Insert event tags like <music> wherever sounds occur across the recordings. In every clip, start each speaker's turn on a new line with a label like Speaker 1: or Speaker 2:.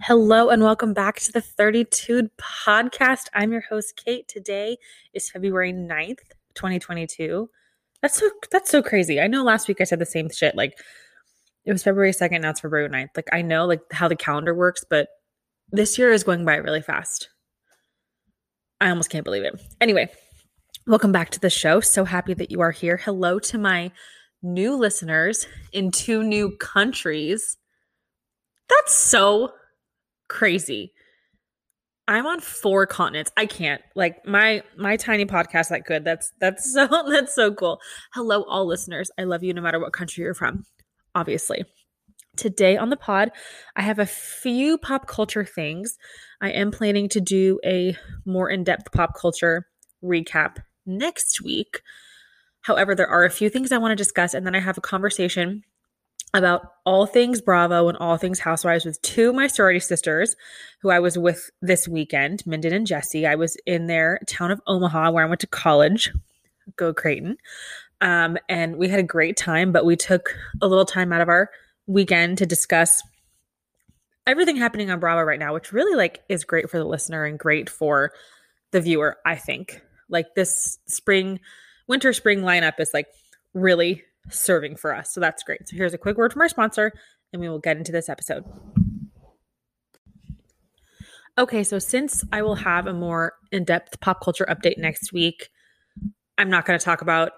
Speaker 1: Hello and welcome back to the 32 podcast. I'm your host Kate. Today is February 9th, 2022. That's so that's so crazy. I know last week I said the same shit like it was February 2nd, now it's February 9th. Like I know like how the calendar works, but this year is going by really fast. I almost can't believe it. Anyway, welcome back to the show. So happy that you are here. Hello to my new listeners in two new countries. That's so crazy. I'm on four continents. I can't. Like my my tiny podcast that good. That's that's <laughs> so that's so cool. Hello all listeners. I love you no matter what country you're from. Obviously. Today on the pod, I have a few pop culture things. I am planning to do a more in-depth pop culture recap next week. However, there are a few things I want to discuss and then I have a conversation about all things Bravo and all things Housewives with two of my sorority sisters who I was with this weekend, Minden and Jesse. I was in their town of Omaha where I went to college. Go Creighton. Um, and we had a great time, but we took a little time out of our weekend to discuss everything happening on Bravo right now, which really like is great for the listener and great for the viewer, I think. Like this spring, winter spring lineup is like really serving for us. So that's great. So here's a quick word from our sponsor, and we will get into this episode. Okay, so since I will have a more in depth pop culture update next week, I'm not going to talk about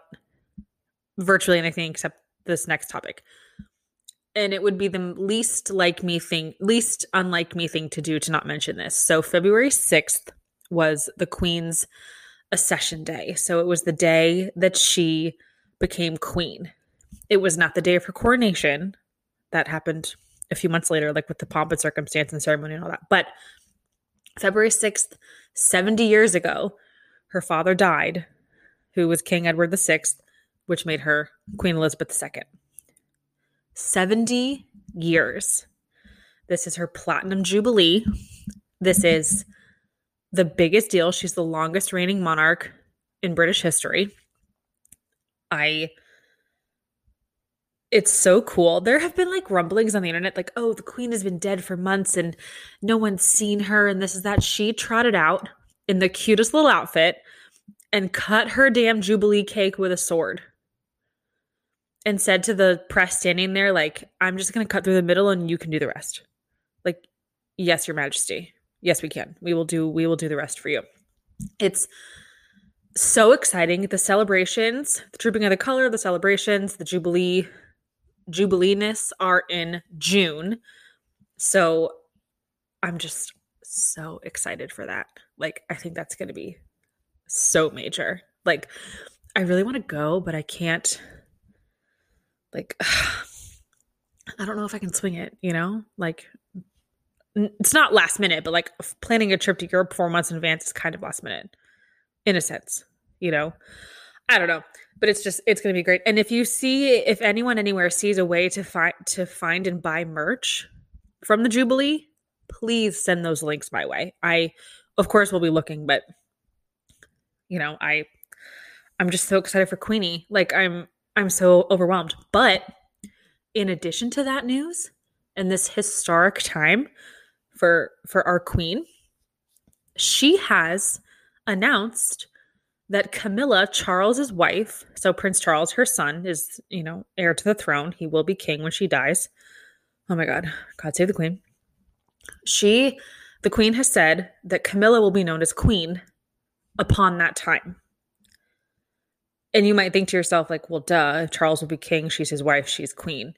Speaker 1: virtually anything except this next topic. And it would be the least like me thing, least unlike me thing to do to not mention this. So February 6th was the Queen's accession day. So it was the day that she became queen it was not the day of her coronation that happened a few months later like with the pomp and circumstance and ceremony and all that but february 6th 70 years ago her father died who was king edward vi which made her queen elizabeth ii 70 years this is her platinum jubilee this is the biggest deal she's the longest reigning monarch in british history i it's so cool. There have been like rumblings on the internet, like, oh, the queen has been dead for months and no one's seen her, and this is that. She trotted out in the cutest little outfit and cut her damn Jubilee cake with a sword and said to the press standing there, like, I'm just going to cut through the middle and you can do the rest. Like, yes, your majesty. Yes, we can. We will do, we will do the rest for you. It's, so exciting. The celebrations, the Trooping of the Color, the celebrations, the Jubilee, Jubilee-ness are in June. So I'm just so excited for that. Like, I think that's going to be so major. Like, I really want to go, but I can't. Like, <sighs> I don't know if I can swing it, you know? Like, it's not last minute, but like planning a trip to Europe four months in advance is kind of last minute in a sense, you know. I don't know, but it's just it's going to be great. And if you see if anyone anywhere sees a way to find to find and buy merch from the Jubilee, please send those links my way. I of course will be looking, but you know, I I'm just so excited for Queenie. Like I'm I'm so overwhelmed. But in addition to that news and this historic time for for our queen, she has announced that Camilla, Charles's wife, so Prince Charles, her son, is, you know, heir to the throne. He will be king when she dies. Oh my God. God save the queen. She, the queen, has said that Camilla will be known as queen upon that time. And you might think to yourself, like, well, duh, if Charles will be king, she's his wife, she's queen.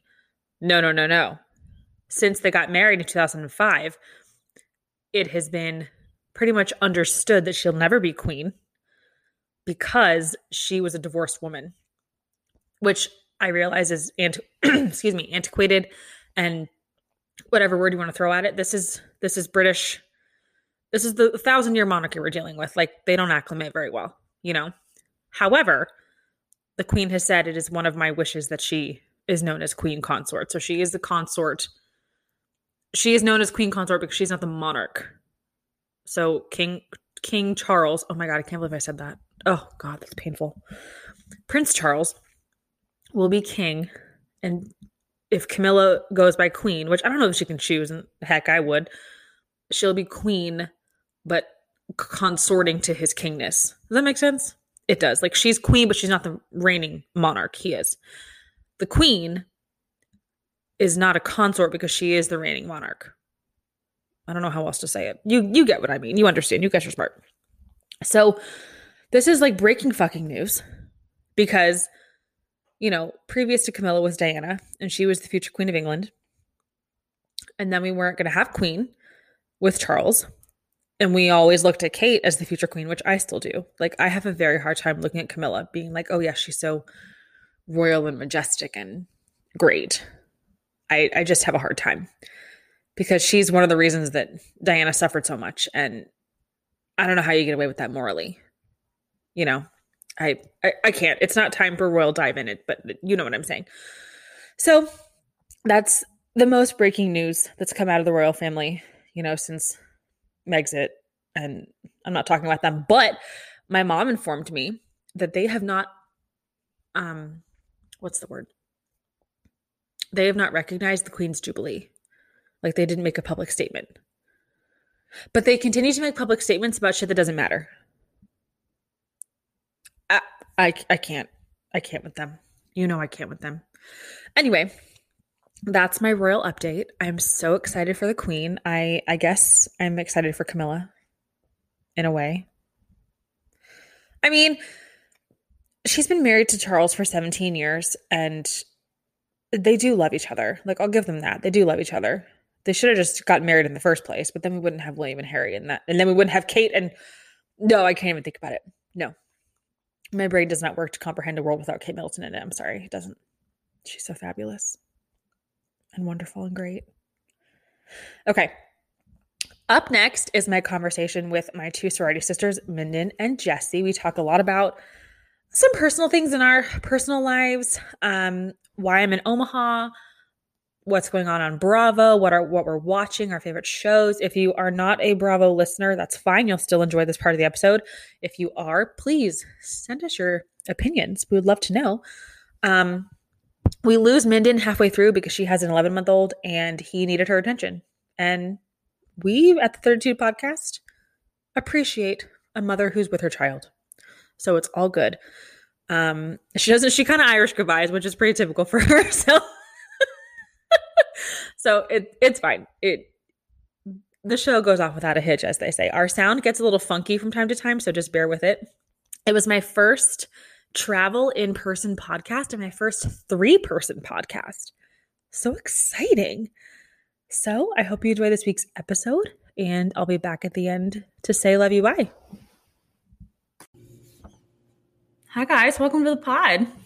Speaker 1: No, no, no, no. Since they got married in 2005, it has been pretty much understood that she'll never be queen because she was a divorced woman, which I realize is anti- <clears throat> excuse me antiquated and whatever word you want to throw at it. This is this is British. This is the thousand year monarchy we're dealing with. Like they don't acclimate very well, you know. However, the queen has said it is one of my wishes that she is known as queen consort. So she is the consort. She is known as queen consort because she's not the monarch. So King King Charles, oh my god, I can't believe I said that. Oh god, that's painful. Prince Charles will be king and if Camilla goes by queen, which I don't know if she can choose and heck I would, she'll be queen, but consorting to his kingness. Does that make sense? It does. Like she's queen, but she's not the reigning monarch. He is. The queen is not a consort because she is the reigning monarch. I don't know how else to say it. You you get what I mean. You understand. You guys are smart. So this is like breaking fucking news because you know, previous to Camilla was Diana and she was the future queen of England. And then we weren't going to have queen with Charles. And we always looked at Kate as the future queen, which I still do. Like I have a very hard time looking at Camilla being like, "Oh yeah, she's so royal and majestic and great." I, I, just have a hard time because she's one of the reasons that Diana suffered so much. And I don't know how you get away with that morally. You know, I, I, I can't. It's not time for royal dive in it, but you know what I'm saying. So that's the most breaking news that's come out of the royal family, you know, since Megxit. And I'm not talking about them, but my mom informed me that they have not, um, what's the word? they have not recognized the Queen's Jubilee. Like they didn't make a public statement. But they continue to make public statements about shit that doesn't matter. I, I, I can't. I can't with them. You know I can't with them. Anyway, that's my royal update. I'm so excited for the Queen. I I guess I'm excited for Camilla in a way. I mean, she's been married to Charles for 17 years and they do love each other. Like I'll give them that. They do love each other. They should have just got married in the first place, but then we wouldn't have William and Harry and that and then we wouldn't have Kate and no, I can't even think about it. No. My brain does not work to comprehend a world without Kate Middleton in it. I'm sorry. It doesn't. She's so fabulous and wonderful and great. Okay. Up next is my conversation with my two sorority sisters, Minden and Jessie. We talk a lot about some personal things in our personal lives, um, why I'm in Omaha, what's going on on Bravo, what are what we're watching, our favorite shows. If you are not a Bravo listener, that's fine. You'll still enjoy this part of the episode. If you are, please send us your opinions. We would love to know. Um, we lose Minden halfway through because she has an 11 month old and he needed her attention. And we at the 32 podcast appreciate a mother who's with her child. So it's all good. Um, she doesn't. She kind of Irish goodbyes, which is pretty typical for <laughs> her. So, so it it's fine. It the show goes off without a hitch, as they say. Our sound gets a little funky from time to time, so just bear with it. It was my first travel in person podcast and my first three person podcast. So exciting! So I hope you enjoy this week's episode, and I'll be back at the end to say love you. Bye. Hi guys, welcome to the pod. <laughs>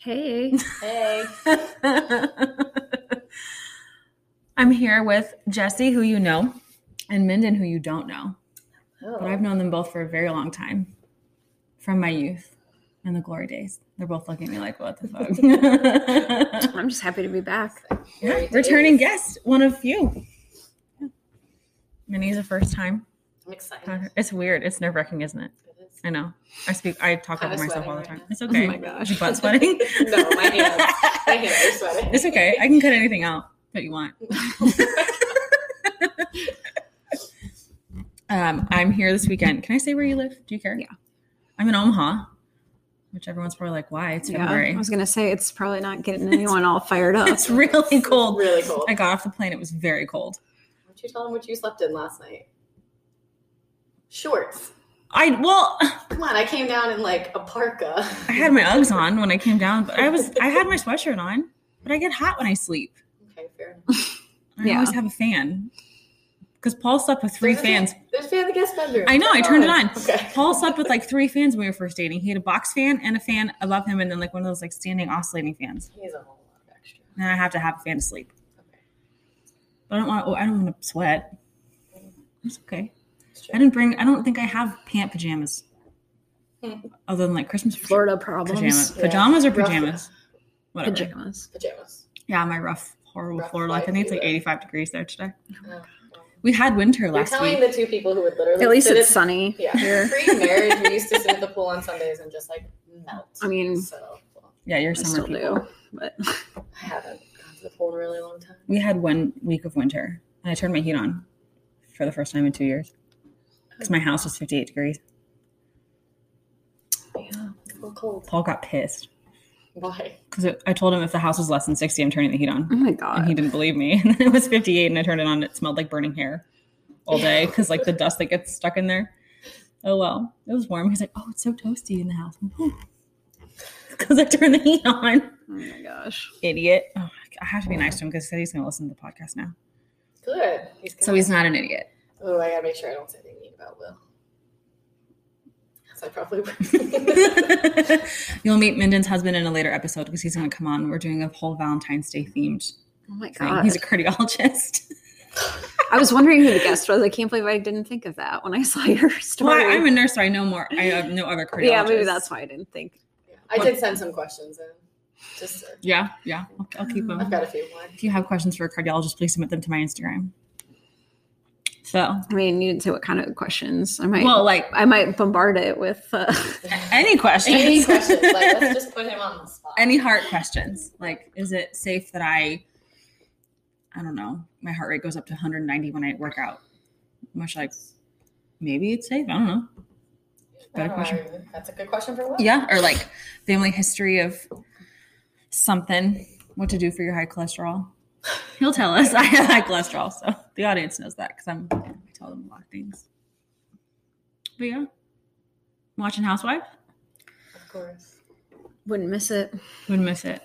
Speaker 2: Hey.
Speaker 3: Hey.
Speaker 1: I'm here with Jesse, who you know, and Minden, who you don't know.
Speaker 3: Oh.
Speaker 1: But I've known them both for a very long time. From my youth and the glory days. They're both looking at me like, what the
Speaker 2: <laughs>
Speaker 1: fuck? <laughs>
Speaker 2: I'm just happy to be back.
Speaker 1: yeah, returning guest, one of you. Yeah. Minnie's a first time.
Speaker 3: I'm excited.
Speaker 1: It's weird. It's nerve wracking, isn't it? I know. I speak. I talk
Speaker 3: I'm
Speaker 1: over myself all the
Speaker 3: sweating
Speaker 1: time.
Speaker 3: right now.
Speaker 1: It's okay.
Speaker 2: Oh my gosh.
Speaker 1: Your butt sweating.
Speaker 3: no, my hands. My hands are sweating.
Speaker 1: It's okay. I can cut anything out that you want. um, I'm here this weekend. Can I say where you live? Do you care?
Speaker 2: Yeah.
Speaker 1: I'm in Omaha, which everyone's probably like, "Why?" It's February. <laughs>
Speaker 2: I <laughs> was gonna say it's probably not getting anyone all fired up.
Speaker 3: <laughs>
Speaker 1: It's really cold.
Speaker 3: Really cold.
Speaker 1: I got off the plane. It was very cold.
Speaker 3: Don't you tell them what you slept in last night? Shorts.
Speaker 1: I well, <laughs>
Speaker 3: Come on, I came down in like a parka.
Speaker 1: I had my Uggs on when I came down, but I was I had my sweatshirt on. But I get hot when I sleep.
Speaker 3: <laughs> Okay, fair enough.
Speaker 1: I
Speaker 2: Yeah.
Speaker 1: always have a fan because Paul slept with three
Speaker 3: There's a fan-
Speaker 1: fans.
Speaker 3: There's a fan in the guest bedroom.
Speaker 1: I know. I turned it on.
Speaker 3: Okay.
Speaker 1: Paul slept with like three fans when we were first dating. He had a box fan and a fan above him, and then like one of those like standing oscillating fans.
Speaker 3: He's a whole lot of extra.
Speaker 1: And then I have to have a fan to sleep.
Speaker 3: Okay.
Speaker 1: But I don't want. oh, I don't want to sweat. It's okay.
Speaker 3: It's
Speaker 1: I
Speaker 3: true.
Speaker 1: didn't bring. I don't think I have pant pajamas.
Speaker 3: Hmm.
Speaker 1: Other than like Christmas
Speaker 2: Florida
Speaker 1: pajamas.
Speaker 2: problems.
Speaker 3: Yeah.
Speaker 1: Pajamas or
Speaker 3: Rough-
Speaker 1: pajamas. Whatever.
Speaker 2: Pajamas.
Speaker 3: Pajamas.
Speaker 1: Yeah, my rough, horrible
Speaker 3: Rough
Speaker 1: Florida life. I think it's like
Speaker 3: life, yeah.
Speaker 1: 85 degrees there today.
Speaker 3: Oh, well.
Speaker 1: We had winter
Speaker 3: You're
Speaker 1: last
Speaker 3: telling
Speaker 1: week.
Speaker 3: the two people who would literally
Speaker 2: At least
Speaker 3: sit
Speaker 2: it's
Speaker 3: at,
Speaker 2: sunny
Speaker 3: yeah.
Speaker 2: here.
Speaker 3: <laughs> Pre-marriage, we used to sit at the pool on Sundays and just like melt.
Speaker 2: I mean,
Speaker 3: so well,
Speaker 1: Yeah, you're
Speaker 2: I
Speaker 1: summer
Speaker 2: still
Speaker 1: people.
Speaker 2: do,
Speaker 4: <laughs>
Speaker 2: but
Speaker 4: oh
Speaker 3: I haven't gone to the pool in a really long time.
Speaker 1: We had one week of winter, and I turned my heat on, for the first time in two years because my house was 58 degrees.
Speaker 3: Yeah, it's a little cold.
Speaker 1: Paul got pissed
Speaker 3: Why?
Speaker 1: because I told him if the house was less than 60, I'm turning the heat on.
Speaker 4: Oh my
Speaker 1: And he
Speaker 4: god.
Speaker 1: didn't believe me. <laughs> And then it was 58 and I turned it on. And it smelled like burning hair all day because like the dust that gets stuck in there. Oh, well, it was warm. He's like, oh, it's so toasty in the house. <laughs> Because I turned the heat on.
Speaker 4: Oh my gosh.
Speaker 1: Idiot. Oh, my God. I have to be nice to him because he said he's going to listen to the podcast now.
Speaker 3: Good. He's
Speaker 1: So he's not an idiot.
Speaker 3: Oh, I gotta make sure I don't say anything mean about Will. Because I probably
Speaker 1: <laughs> You'll meet Minden's husband in a later episode because he's going to come on. We're doing a whole Valentine's Day themed
Speaker 4: Oh my
Speaker 1: thing.
Speaker 4: god.
Speaker 1: He's a cardiologist.
Speaker 4: I was wondering
Speaker 1: <laughs>
Speaker 4: who the guest was. I can't believe I didn't think of that when I saw your <laughs>
Speaker 1: Well,
Speaker 4: story.
Speaker 1: I, am a nurse, so I know more. I have no other cardiologists.
Speaker 4: yeah, maybe that's why I didn't think.
Speaker 3: I did send some questions in. Just uh,
Speaker 1: Yeah, yeah. I'll, I'll keep them.
Speaker 3: I've got a few more.
Speaker 1: If you have questions for a cardiologist, please submit them to my Instagram. So,
Speaker 4: I mean, you didn't say what kind of questions. I might.
Speaker 1: well, like
Speaker 4: I might bombard it with. Uh, <laughs>
Speaker 1: any questions, <laughs>
Speaker 3: Any questions? Like, let's just put him on the spot.
Speaker 1: any heart questions. Like, is it safe that I, I don't know, my heart rate goes up to 190 when I work out? Much like, maybe it's safe. I don't know. Better
Speaker 3: Oh,
Speaker 1: question.
Speaker 3: That's a good question for Will.
Speaker 1: Yeah, or like family history of something, what to do for your high cholesterol. He'll tell us. <laughs> I have high cholesterol, so the audience knows that because I'm I tell them a lot of things. But yeah, watching Housewife
Speaker 3: Of course.
Speaker 4: wouldn't miss it.
Speaker 1: would miss it.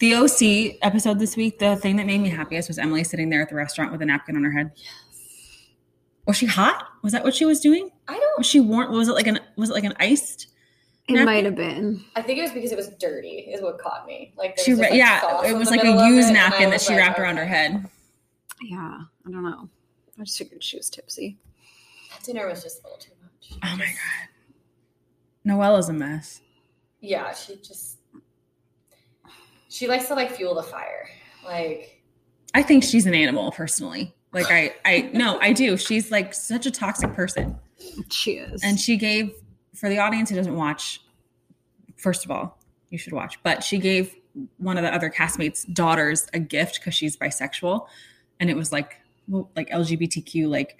Speaker 1: The OC episode this week, the thing that made me happiest was Emily sitting there at the restaurant with a napkin on her head. Yes. Was she hot? Was that what she was doing?
Speaker 3: I don't.
Speaker 1: Was she warm? Was it like an was it like an iced?
Speaker 4: It
Speaker 1: Not-
Speaker 4: might have been.
Speaker 3: I think it was because it was dirty, is what caught me. Like, there
Speaker 1: She
Speaker 3: was just,
Speaker 1: ra-
Speaker 3: like,
Speaker 1: yeah,
Speaker 3: sauce
Speaker 1: it
Speaker 3: in
Speaker 1: was
Speaker 3: the
Speaker 1: like
Speaker 3: middle
Speaker 1: a
Speaker 3: of it,
Speaker 1: used
Speaker 3: and I
Speaker 1: napkin that
Speaker 3: was
Speaker 1: she
Speaker 3: like,
Speaker 1: wrapped around her
Speaker 3: okay.
Speaker 1: head.
Speaker 4: Yeah, I don't know. I just figured she was tipsy.
Speaker 3: That dinner was just a little too much.
Speaker 1: Oh my god. Noella's a mess.
Speaker 3: Yeah, she just she likes to like fuel the fire. Like
Speaker 1: I think she's an animal personally. Like I I no, I do. She's like such a toxic person.
Speaker 4: She is.
Speaker 1: And she gave for the audience who doesn't watch first of all, you should watch, but she gave one of the other castmates' daughters a gift cuz she's bisexual and it was like well, like LGBTQ like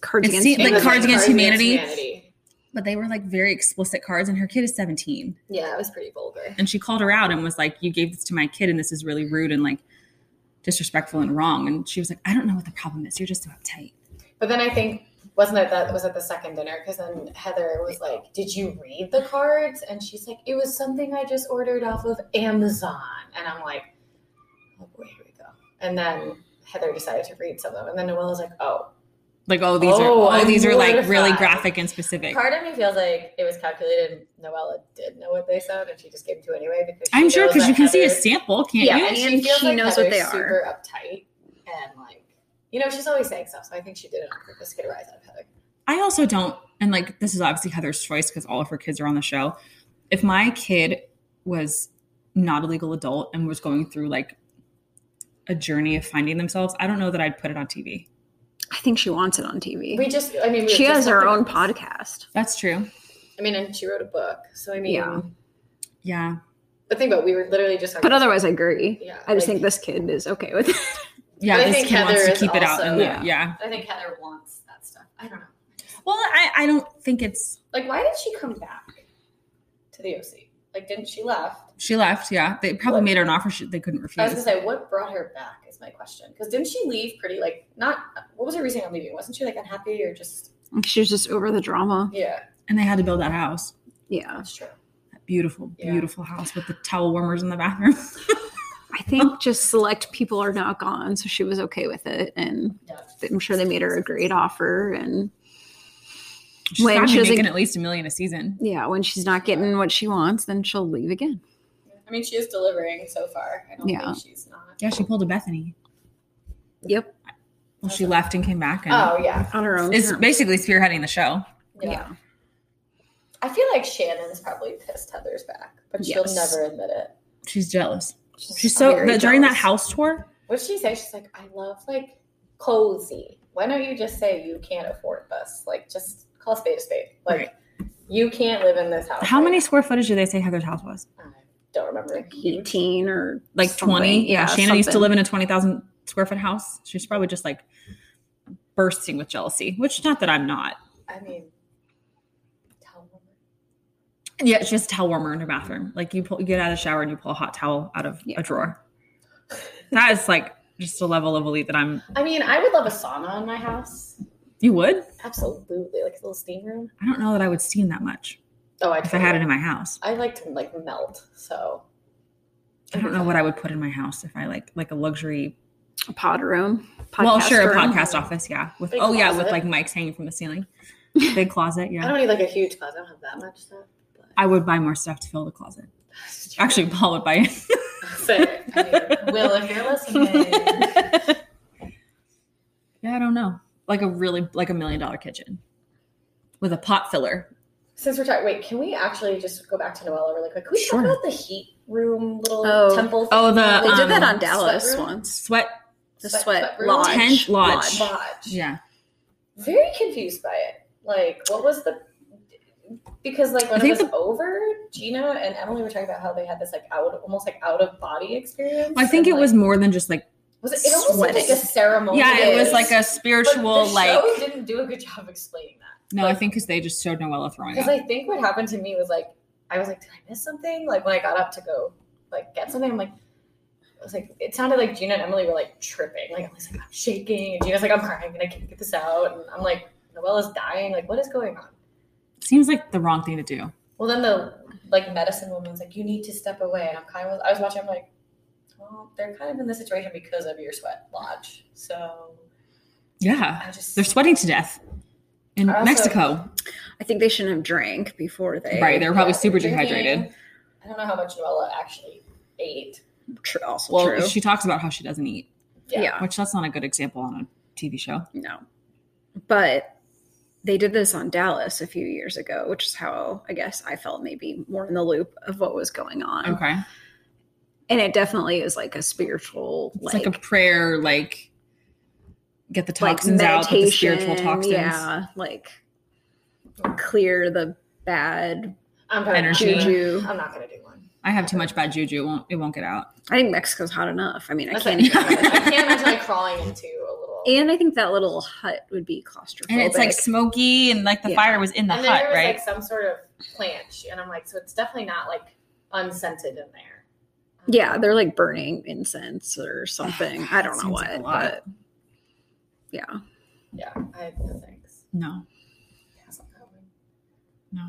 Speaker 4: Cards
Speaker 1: it
Speaker 4: Against
Speaker 1: seemed like
Speaker 4: Humanity.
Speaker 1: Cards Against Humanity. but they were like very explicit cards and her kid is 17.
Speaker 3: Yeah, it was pretty vulgar.
Speaker 1: and she called her out and was like you gave this to my kid and this is really rude and like disrespectful and wrong and she was like i don't know what the problem is you're just so uptight
Speaker 3: But then I think wasn't it that was at the second dinner because then Heather was like, "Did you read the cards?" And she's like, "It was something I just ordered off of Amazon." And I'm like, "Oh boy, here we go." And then Heather decided to read some of them, and then Noelle was like, "Oh."
Speaker 1: like oh these
Speaker 3: Oh,
Speaker 1: are oh
Speaker 3: I'm
Speaker 1: these are like really
Speaker 3: mortified.
Speaker 1: graphic and specific
Speaker 3: Part of me feels like it was calculated, and Noella did know what they said, and she just gave it to anyway because she
Speaker 1: i'm sure
Speaker 3: knows
Speaker 1: because
Speaker 3: that
Speaker 1: you can see a
Speaker 3: Heather-
Speaker 1: sample can't
Speaker 3: yeah,
Speaker 1: you
Speaker 4: And
Speaker 3: and, she, feels
Speaker 4: she
Speaker 3: like
Speaker 4: knows what
Speaker 3: Heather's
Speaker 4: they
Speaker 3: Super uptight and like, you know, she's always saying stuff. So I think she did it on purpose to get a rise out of Heather.
Speaker 1: i also don't and like this is obviously heather's choice because all of her kids are on the show if my kid was not a legal adult and was going through like a journey of finding themselves i don't know that i'd put it on tv
Speaker 4: I think she wants it on TV.
Speaker 3: We just, I mean, we
Speaker 4: she
Speaker 3: just
Speaker 4: has her
Speaker 3: talked
Speaker 4: own
Speaker 3: about this.
Speaker 4: podcast.
Speaker 1: that's true
Speaker 3: I mean, and she wrote a book, so I mean,
Speaker 4: Yeah.
Speaker 1: yeah
Speaker 3: But think about, it, we were literally just, talking
Speaker 4: But otherwise, I agree.
Speaker 3: Yeah,
Speaker 4: I just
Speaker 3: like-
Speaker 4: think this kid is okay with it. <laughs>
Speaker 1: yeah
Speaker 3: But I
Speaker 1: this
Speaker 3: think
Speaker 1: kid wants
Speaker 3: Heather
Speaker 1: to
Speaker 3: is
Speaker 1: keep it out
Speaker 3: also-
Speaker 1: and
Speaker 4: Yeah.
Speaker 1: yeah
Speaker 3: I think Heather wants that stuff. I don't know.
Speaker 1: Well, I, I don't think it's
Speaker 3: Like, why did she come back to the OC? Like, didn't she left?
Speaker 1: she left. Yeah, they probably
Speaker 3: What?
Speaker 1: made her an offer she, they couldn't
Speaker 3: I was
Speaker 1: refuse.
Speaker 3: gonna say, what brought her back is my question. Because didn't she leave pretty like not? What was her reason on leaving? Wasn't she like unhappy or just?
Speaker 4: she was just over the drama.
Speaker 3: Yeah,
Speaker 1: and they had to build that house,
Speaker 4: Yeah.
Speaker 3: that's true.
Speaker 1: that beautiful,
Speaker 3: Yeah.
Speaker 1: beautiful house with the towel warmers in the bathroom. <laughs>
Speaker 4: I think just select people are not gone. So she was okay with it. And
Speaker 3: Yeah.
Speaker 4: I'm sure they made her a great offer. And
Speaker 1: She's
Speaker 4: When
Speaker 1: probably
Speaker 4: she was a-
Speaker 1: making at least a million a season.
Speaker 4: yeah, when she's not getting what she wants, then she'll leave again.
Speaker 3: I mean, she is delivering so far. I don't
Speaker 4: Yeah.
Speaker 3: think she's not.
Speaker 1: Yeah, she pulled a Bethany.
Speaker 4: Yep.
Speaker 1: Well, she left and came back, and
Speaker 3: Oh yeah.
Speaker 4: On her own.
Speaker 1: is
Speaker 4: terms.
Speaker 1: basically spearheading the show.
Speaker 3: yeah,
Speaker 4: yeah.
Speaker 3: I feel like Shannon's probably pissed Heather's back, but she'll
Speaker 4: Yes.
Speaker 3: never admit it.
Speaker 1: She's jealous.
Speaker 3: She's-
Speaker 1: She's so
Speaker 4: Very
Speaker 1: that during that
Speaker 4: jealous.
Speaker 1: house tour.
Speaker 3: What did she say? She's like, I love like cozy. Why don't you just say you can't afford this? Like, just call a spade a spade. Like,
Speaker 1: Right.
Speaker 3: you can't live in this house.
Speaker 1: How
Speaker 3: right
Speaker 1: many
Speaker 3: now.
Speaker 1: square footage did they say Heather's house was?
Speaker 3: I don't remember.
Speaker 4: 18 or
Speaker 1: Like
Speaker 4: something.
Speaker 1: twenty. Yeah, Shannon used to
Speaker 4: something.
Speaker 1: live in a twenty thousand square foot house. She's probably just like bursting with jealousy, which not that I'm not.
Speaker 3: I mean, tell them.
Speaker 1: Yeah, she has a towel warmer in her bathroom. Like you pull, you get out of the shower and you pull a hot towel out of
Speaker 2: Yeah.
Speaker 1: a drawer. That is like just a level of elite that I'm.
Speaker 3: I mean, I would love a sauna in my house.
Speaker 1: You would?
Speaker 3: Absolutely, like a little steam room.
Speaker 1: I don't know that I would steam that much
Speaker 3: Oh, I.
Speaker 1: if I had it in my house.
Speaker 3: I like to like melt. So
Speaker 1: I don't know what I would put in my house if I like like a luxury.
Speaker 2: A pod room. Podcast
Speaker 1: well, sure, a
Speaker 2: room.
Speaker 1: podcast office, yeah. With
Speaker 3: Big
Speaker 1: oh yeah, with
Speaker 3: closet.
Speaker 1: like mics hanging from the
Speaker 3: <laughs>
Speaker 1: ceiling, big closet,
Speaker 3: I
Speaker 1: yeah.
Speaker 3: don't need like a huge closet. I don't have that much stuff.
Speaker 1: I,
Speaker 3: <sighs>
Speaker 1: would buy more stuff to fill the closet. Actually, Paul would buy
Speaker 3: Fair. I mean, Will, if you're listening,
Speaker 1: it. <laughs> yeah, I don't know. Like a really like a million dollar kitchen with a pot filler.
Speaker 3: <laughs> since we're talking, wait, can we actually just go back to Noella really quick? Can we
Speaker 1: Sure.
Speaker 3: talk about the heat room little
Speaker 2: Oh.
Speaker 3: temple? Thing?
Speaker 1: Oh, the,
Speaker 2: They did that
Speaker 1: Um,
Speaker 2: on Dallas
Speaker 3: sweat room?
Speaker 2: once.
Speaker 1: Sweat.
Speaker 2: The
Speaker 3: Sweat-
Speaker 2: sweat,
Speaker 3: sweat room?
Speaker 2: lodge.
Speaker 1: Tent lodge.
Speaker 3: lodge.
Speaker 1: Yeah,
Speaker 3: Very confused by it. Like, what was the? Because like when
Speaker 1: I
Speaker 3: it was
Speaker 1: think
Speaker 3: over, Gina and Emily were talking about how they had this like out, almost like out of body experience.
Speaker 1: I think it
Speaker 3: and, like,
Speaker 1: was more than just like
Speaker 3: Was it, it almost looked like a
Speaker 2: sweating.
Speaker 3: ceremony?
Speaker 1: yeah, it was like a
Speaker 3: But
Speaker 1: spiritual
Speaker 3: the
Speaker 1: like.
Speaker 3: show didn't do a good job explaining that.
Speaker 1: No, I think because they just showed Noella throwing
Speaker 3: Because
Speaker 1: up.
Speaker 3: I think what happened to me was like I was like, did I miss something? Like when I got up to go like get something, I'm like, I was like, it sounded like Gina and Emily were like tripping. Like Emily's like, I'm shaking, and Gina's like, I'm crying, and I can't get this out, and I'm like, Noella's dying. Like, what is going on?
Speaker 1: Seems like the wrong thing to do.
Speaker 3: Well, then the like medicine woman's like, you need to step away, and I'm kind of I was watching. I'm like, well, they're kind of in this situation because of your sweat lodge. So
Speaker 1: Yeah,
Speaker 3: I just
Speaker 1: they're sweating to death in
Speaker 3: I also-
Speaker 1: Mexico.
Speaker 2: I think they shouldn't have drank before they
Speaker 1: Right, they were probably
Speaker 3: Yeah,
Speaker 1: super
Speaker 3: drinking.
Speaker 1: dehydrated.
Speaker 3: I don't know how much Noella actually ate.
Speaker 2: Tr- also
Speaker 1: Well,
Speaker 2: true.
Speaker 1: she talks about how she doesn't eat,
Speaker 2: yeah.
Speaker 1: which that's not a good example on a TV show.
Speaker 2: no. But they did this on Dallas a few years ago, which is how I guess I felt maybe more in the loop of what was going on.
Speaker 1: Okay,
Speaker 2: And it definitely is like a spiritual
Speaker 1: it's
Speaker 2: like,
Speaker 1: like, a prayer, like get the
Speaker 2: like
Speaker 1: toxins out, get the spiritual
Speaker 2: meditation,
Speaker 1: toxins.
Speaker 2: Yeah, like clear the bad
Speaker 3: I'm probably not
Speaker 1: Energy.
Speaker 3: gonna-
Speaker 2: juju.
Speaker 3: I'm not gonna do one.
Speaker 1: I have too much bad juju; it won't it won't get out.
Speaker 2: I think Mexico's hot enough. I mean, I
Speaker 3: That's
Speaker 2: can't.
Speaker 3: it. <laughs>
Speaker 2: even
Speaker 1: even-
Speaker 3: I can't imagine like crawling into a little.
Speaker 2: and I think that little hut would be claustrophobic.
Speaker 1: And it's like smoky, and like the
Speaker 2: Yeah.
Speaker 1: fire was in the
Speaker 3: and then
Speaker 1: hut,
Speaker 3: there was
Speaker 1: right?
Speaker 3: like some sort of plant, sh- and I'm like, so it's definitely not like unscented in there. Um,
Speaker 2: yeah, they're like burning incense or something. I don't know
Speaker 1: Seems like
Speaker 2: what,
Speaker 1: a lot.
Speaker 2: but yeah,
Speaker 3: yeah, I have no thanks.
Speaker 1: no, No.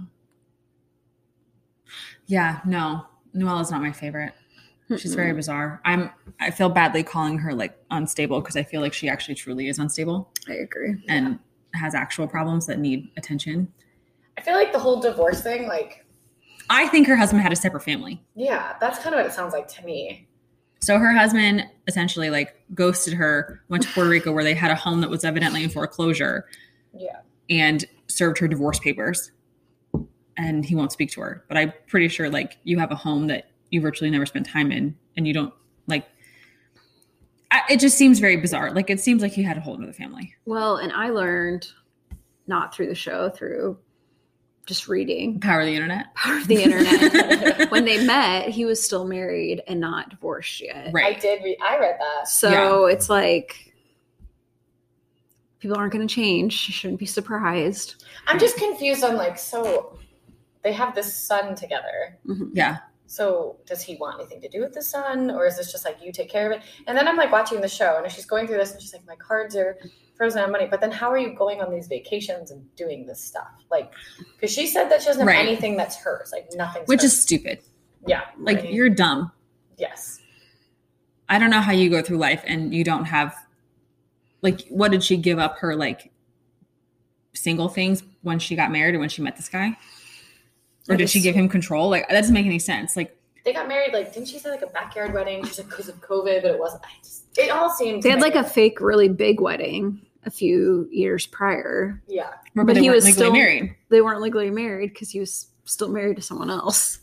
Speaker 1: Yeah, no. Noella's not my favorite. She's very bizarre. I'm I feel badly calling her like unstable because I feel like she actually truly is unstable
Speaker 2: I agree.
Speaker 1: and has actual problems that need attention.
Speaker 3: I feel like the whole divorce thing, like,
Speaker 1: I think her husband had a separate family.
Speaker 3: yeah, that's kind of what it sounds like to me.
Speaker 1: So her husband essentially like ghosted her, went to Puerto Rico where they had a home that was evidently in foreclosure
Speaker 3: Yeah,
Speaker 1: and served her divorce papers. And he won't speak to her. But I'm pretty sure like you have a home that you virtually never spend time in and you don't like I, it just seems very bizarre. Like it seems like he had a whole other family.
Speaker 2: Well, and I learned not through the show, through just reading <laughs>
Speaker 1: Power of the internet.
Speaker 2: power of the
Speaker 1: <laughs>
Speaker 2: internet. when they met, he was still married and not divorced yet.
Speaker 1: Right.
Speaker 3: I did. Re- I read that.
Speaker 2: So it's like people aren't going to change. You shouldn't be surprised.
Speaker 3: I'm just confused. on like, so they have this son together.
Speaker 2: Mhm.
Speaker 1: Yeah.
Speaker 3: so does he want anything to do with the son or is this just like you take care of it and then i'm like watching the show and she's going through this and she's like my cards are frozen on money but then how are you going on these vacations and doing this stuff like because she said that she doesn't
Speaker 1: Right.
Speaker 3: have anything that's hers like nothing
Speaker 1: Which is stupid.
Speaker 3: yeah
Speaker 1: Like
Speaker 3: right.
Speaker 1: you're dumb.
Speaker 3: yes
Speaker 1: I don't know how you go through life and you don't have like what did she give up her like single things when she got married or when she met this guy? Or
Speaker 2: I
Speaker 1: did she
Speaker 2: just-
Speaker 1: give him control? Like that doesn't make any sense. Like
Speaker 3: they got married like didn't she say like a backyard wedding she's like because of covid but it wasn't I just, it all seemed
Speaker 2: They had like a
Speaker 3: negative.
Speaker 2: fake, really big wedding a few years prior.
Speaker 3: yeah
Speaker 1: remember
Speaker 2: But
Speaker 1: they
Speaker 2: he
Speaker 1: weren't
Speaker 2: was
Speaker 1: legally
Speaker 2: still-
Speaker 1: married.
Speaker 2: They weren't legally married because he was still married to someone else.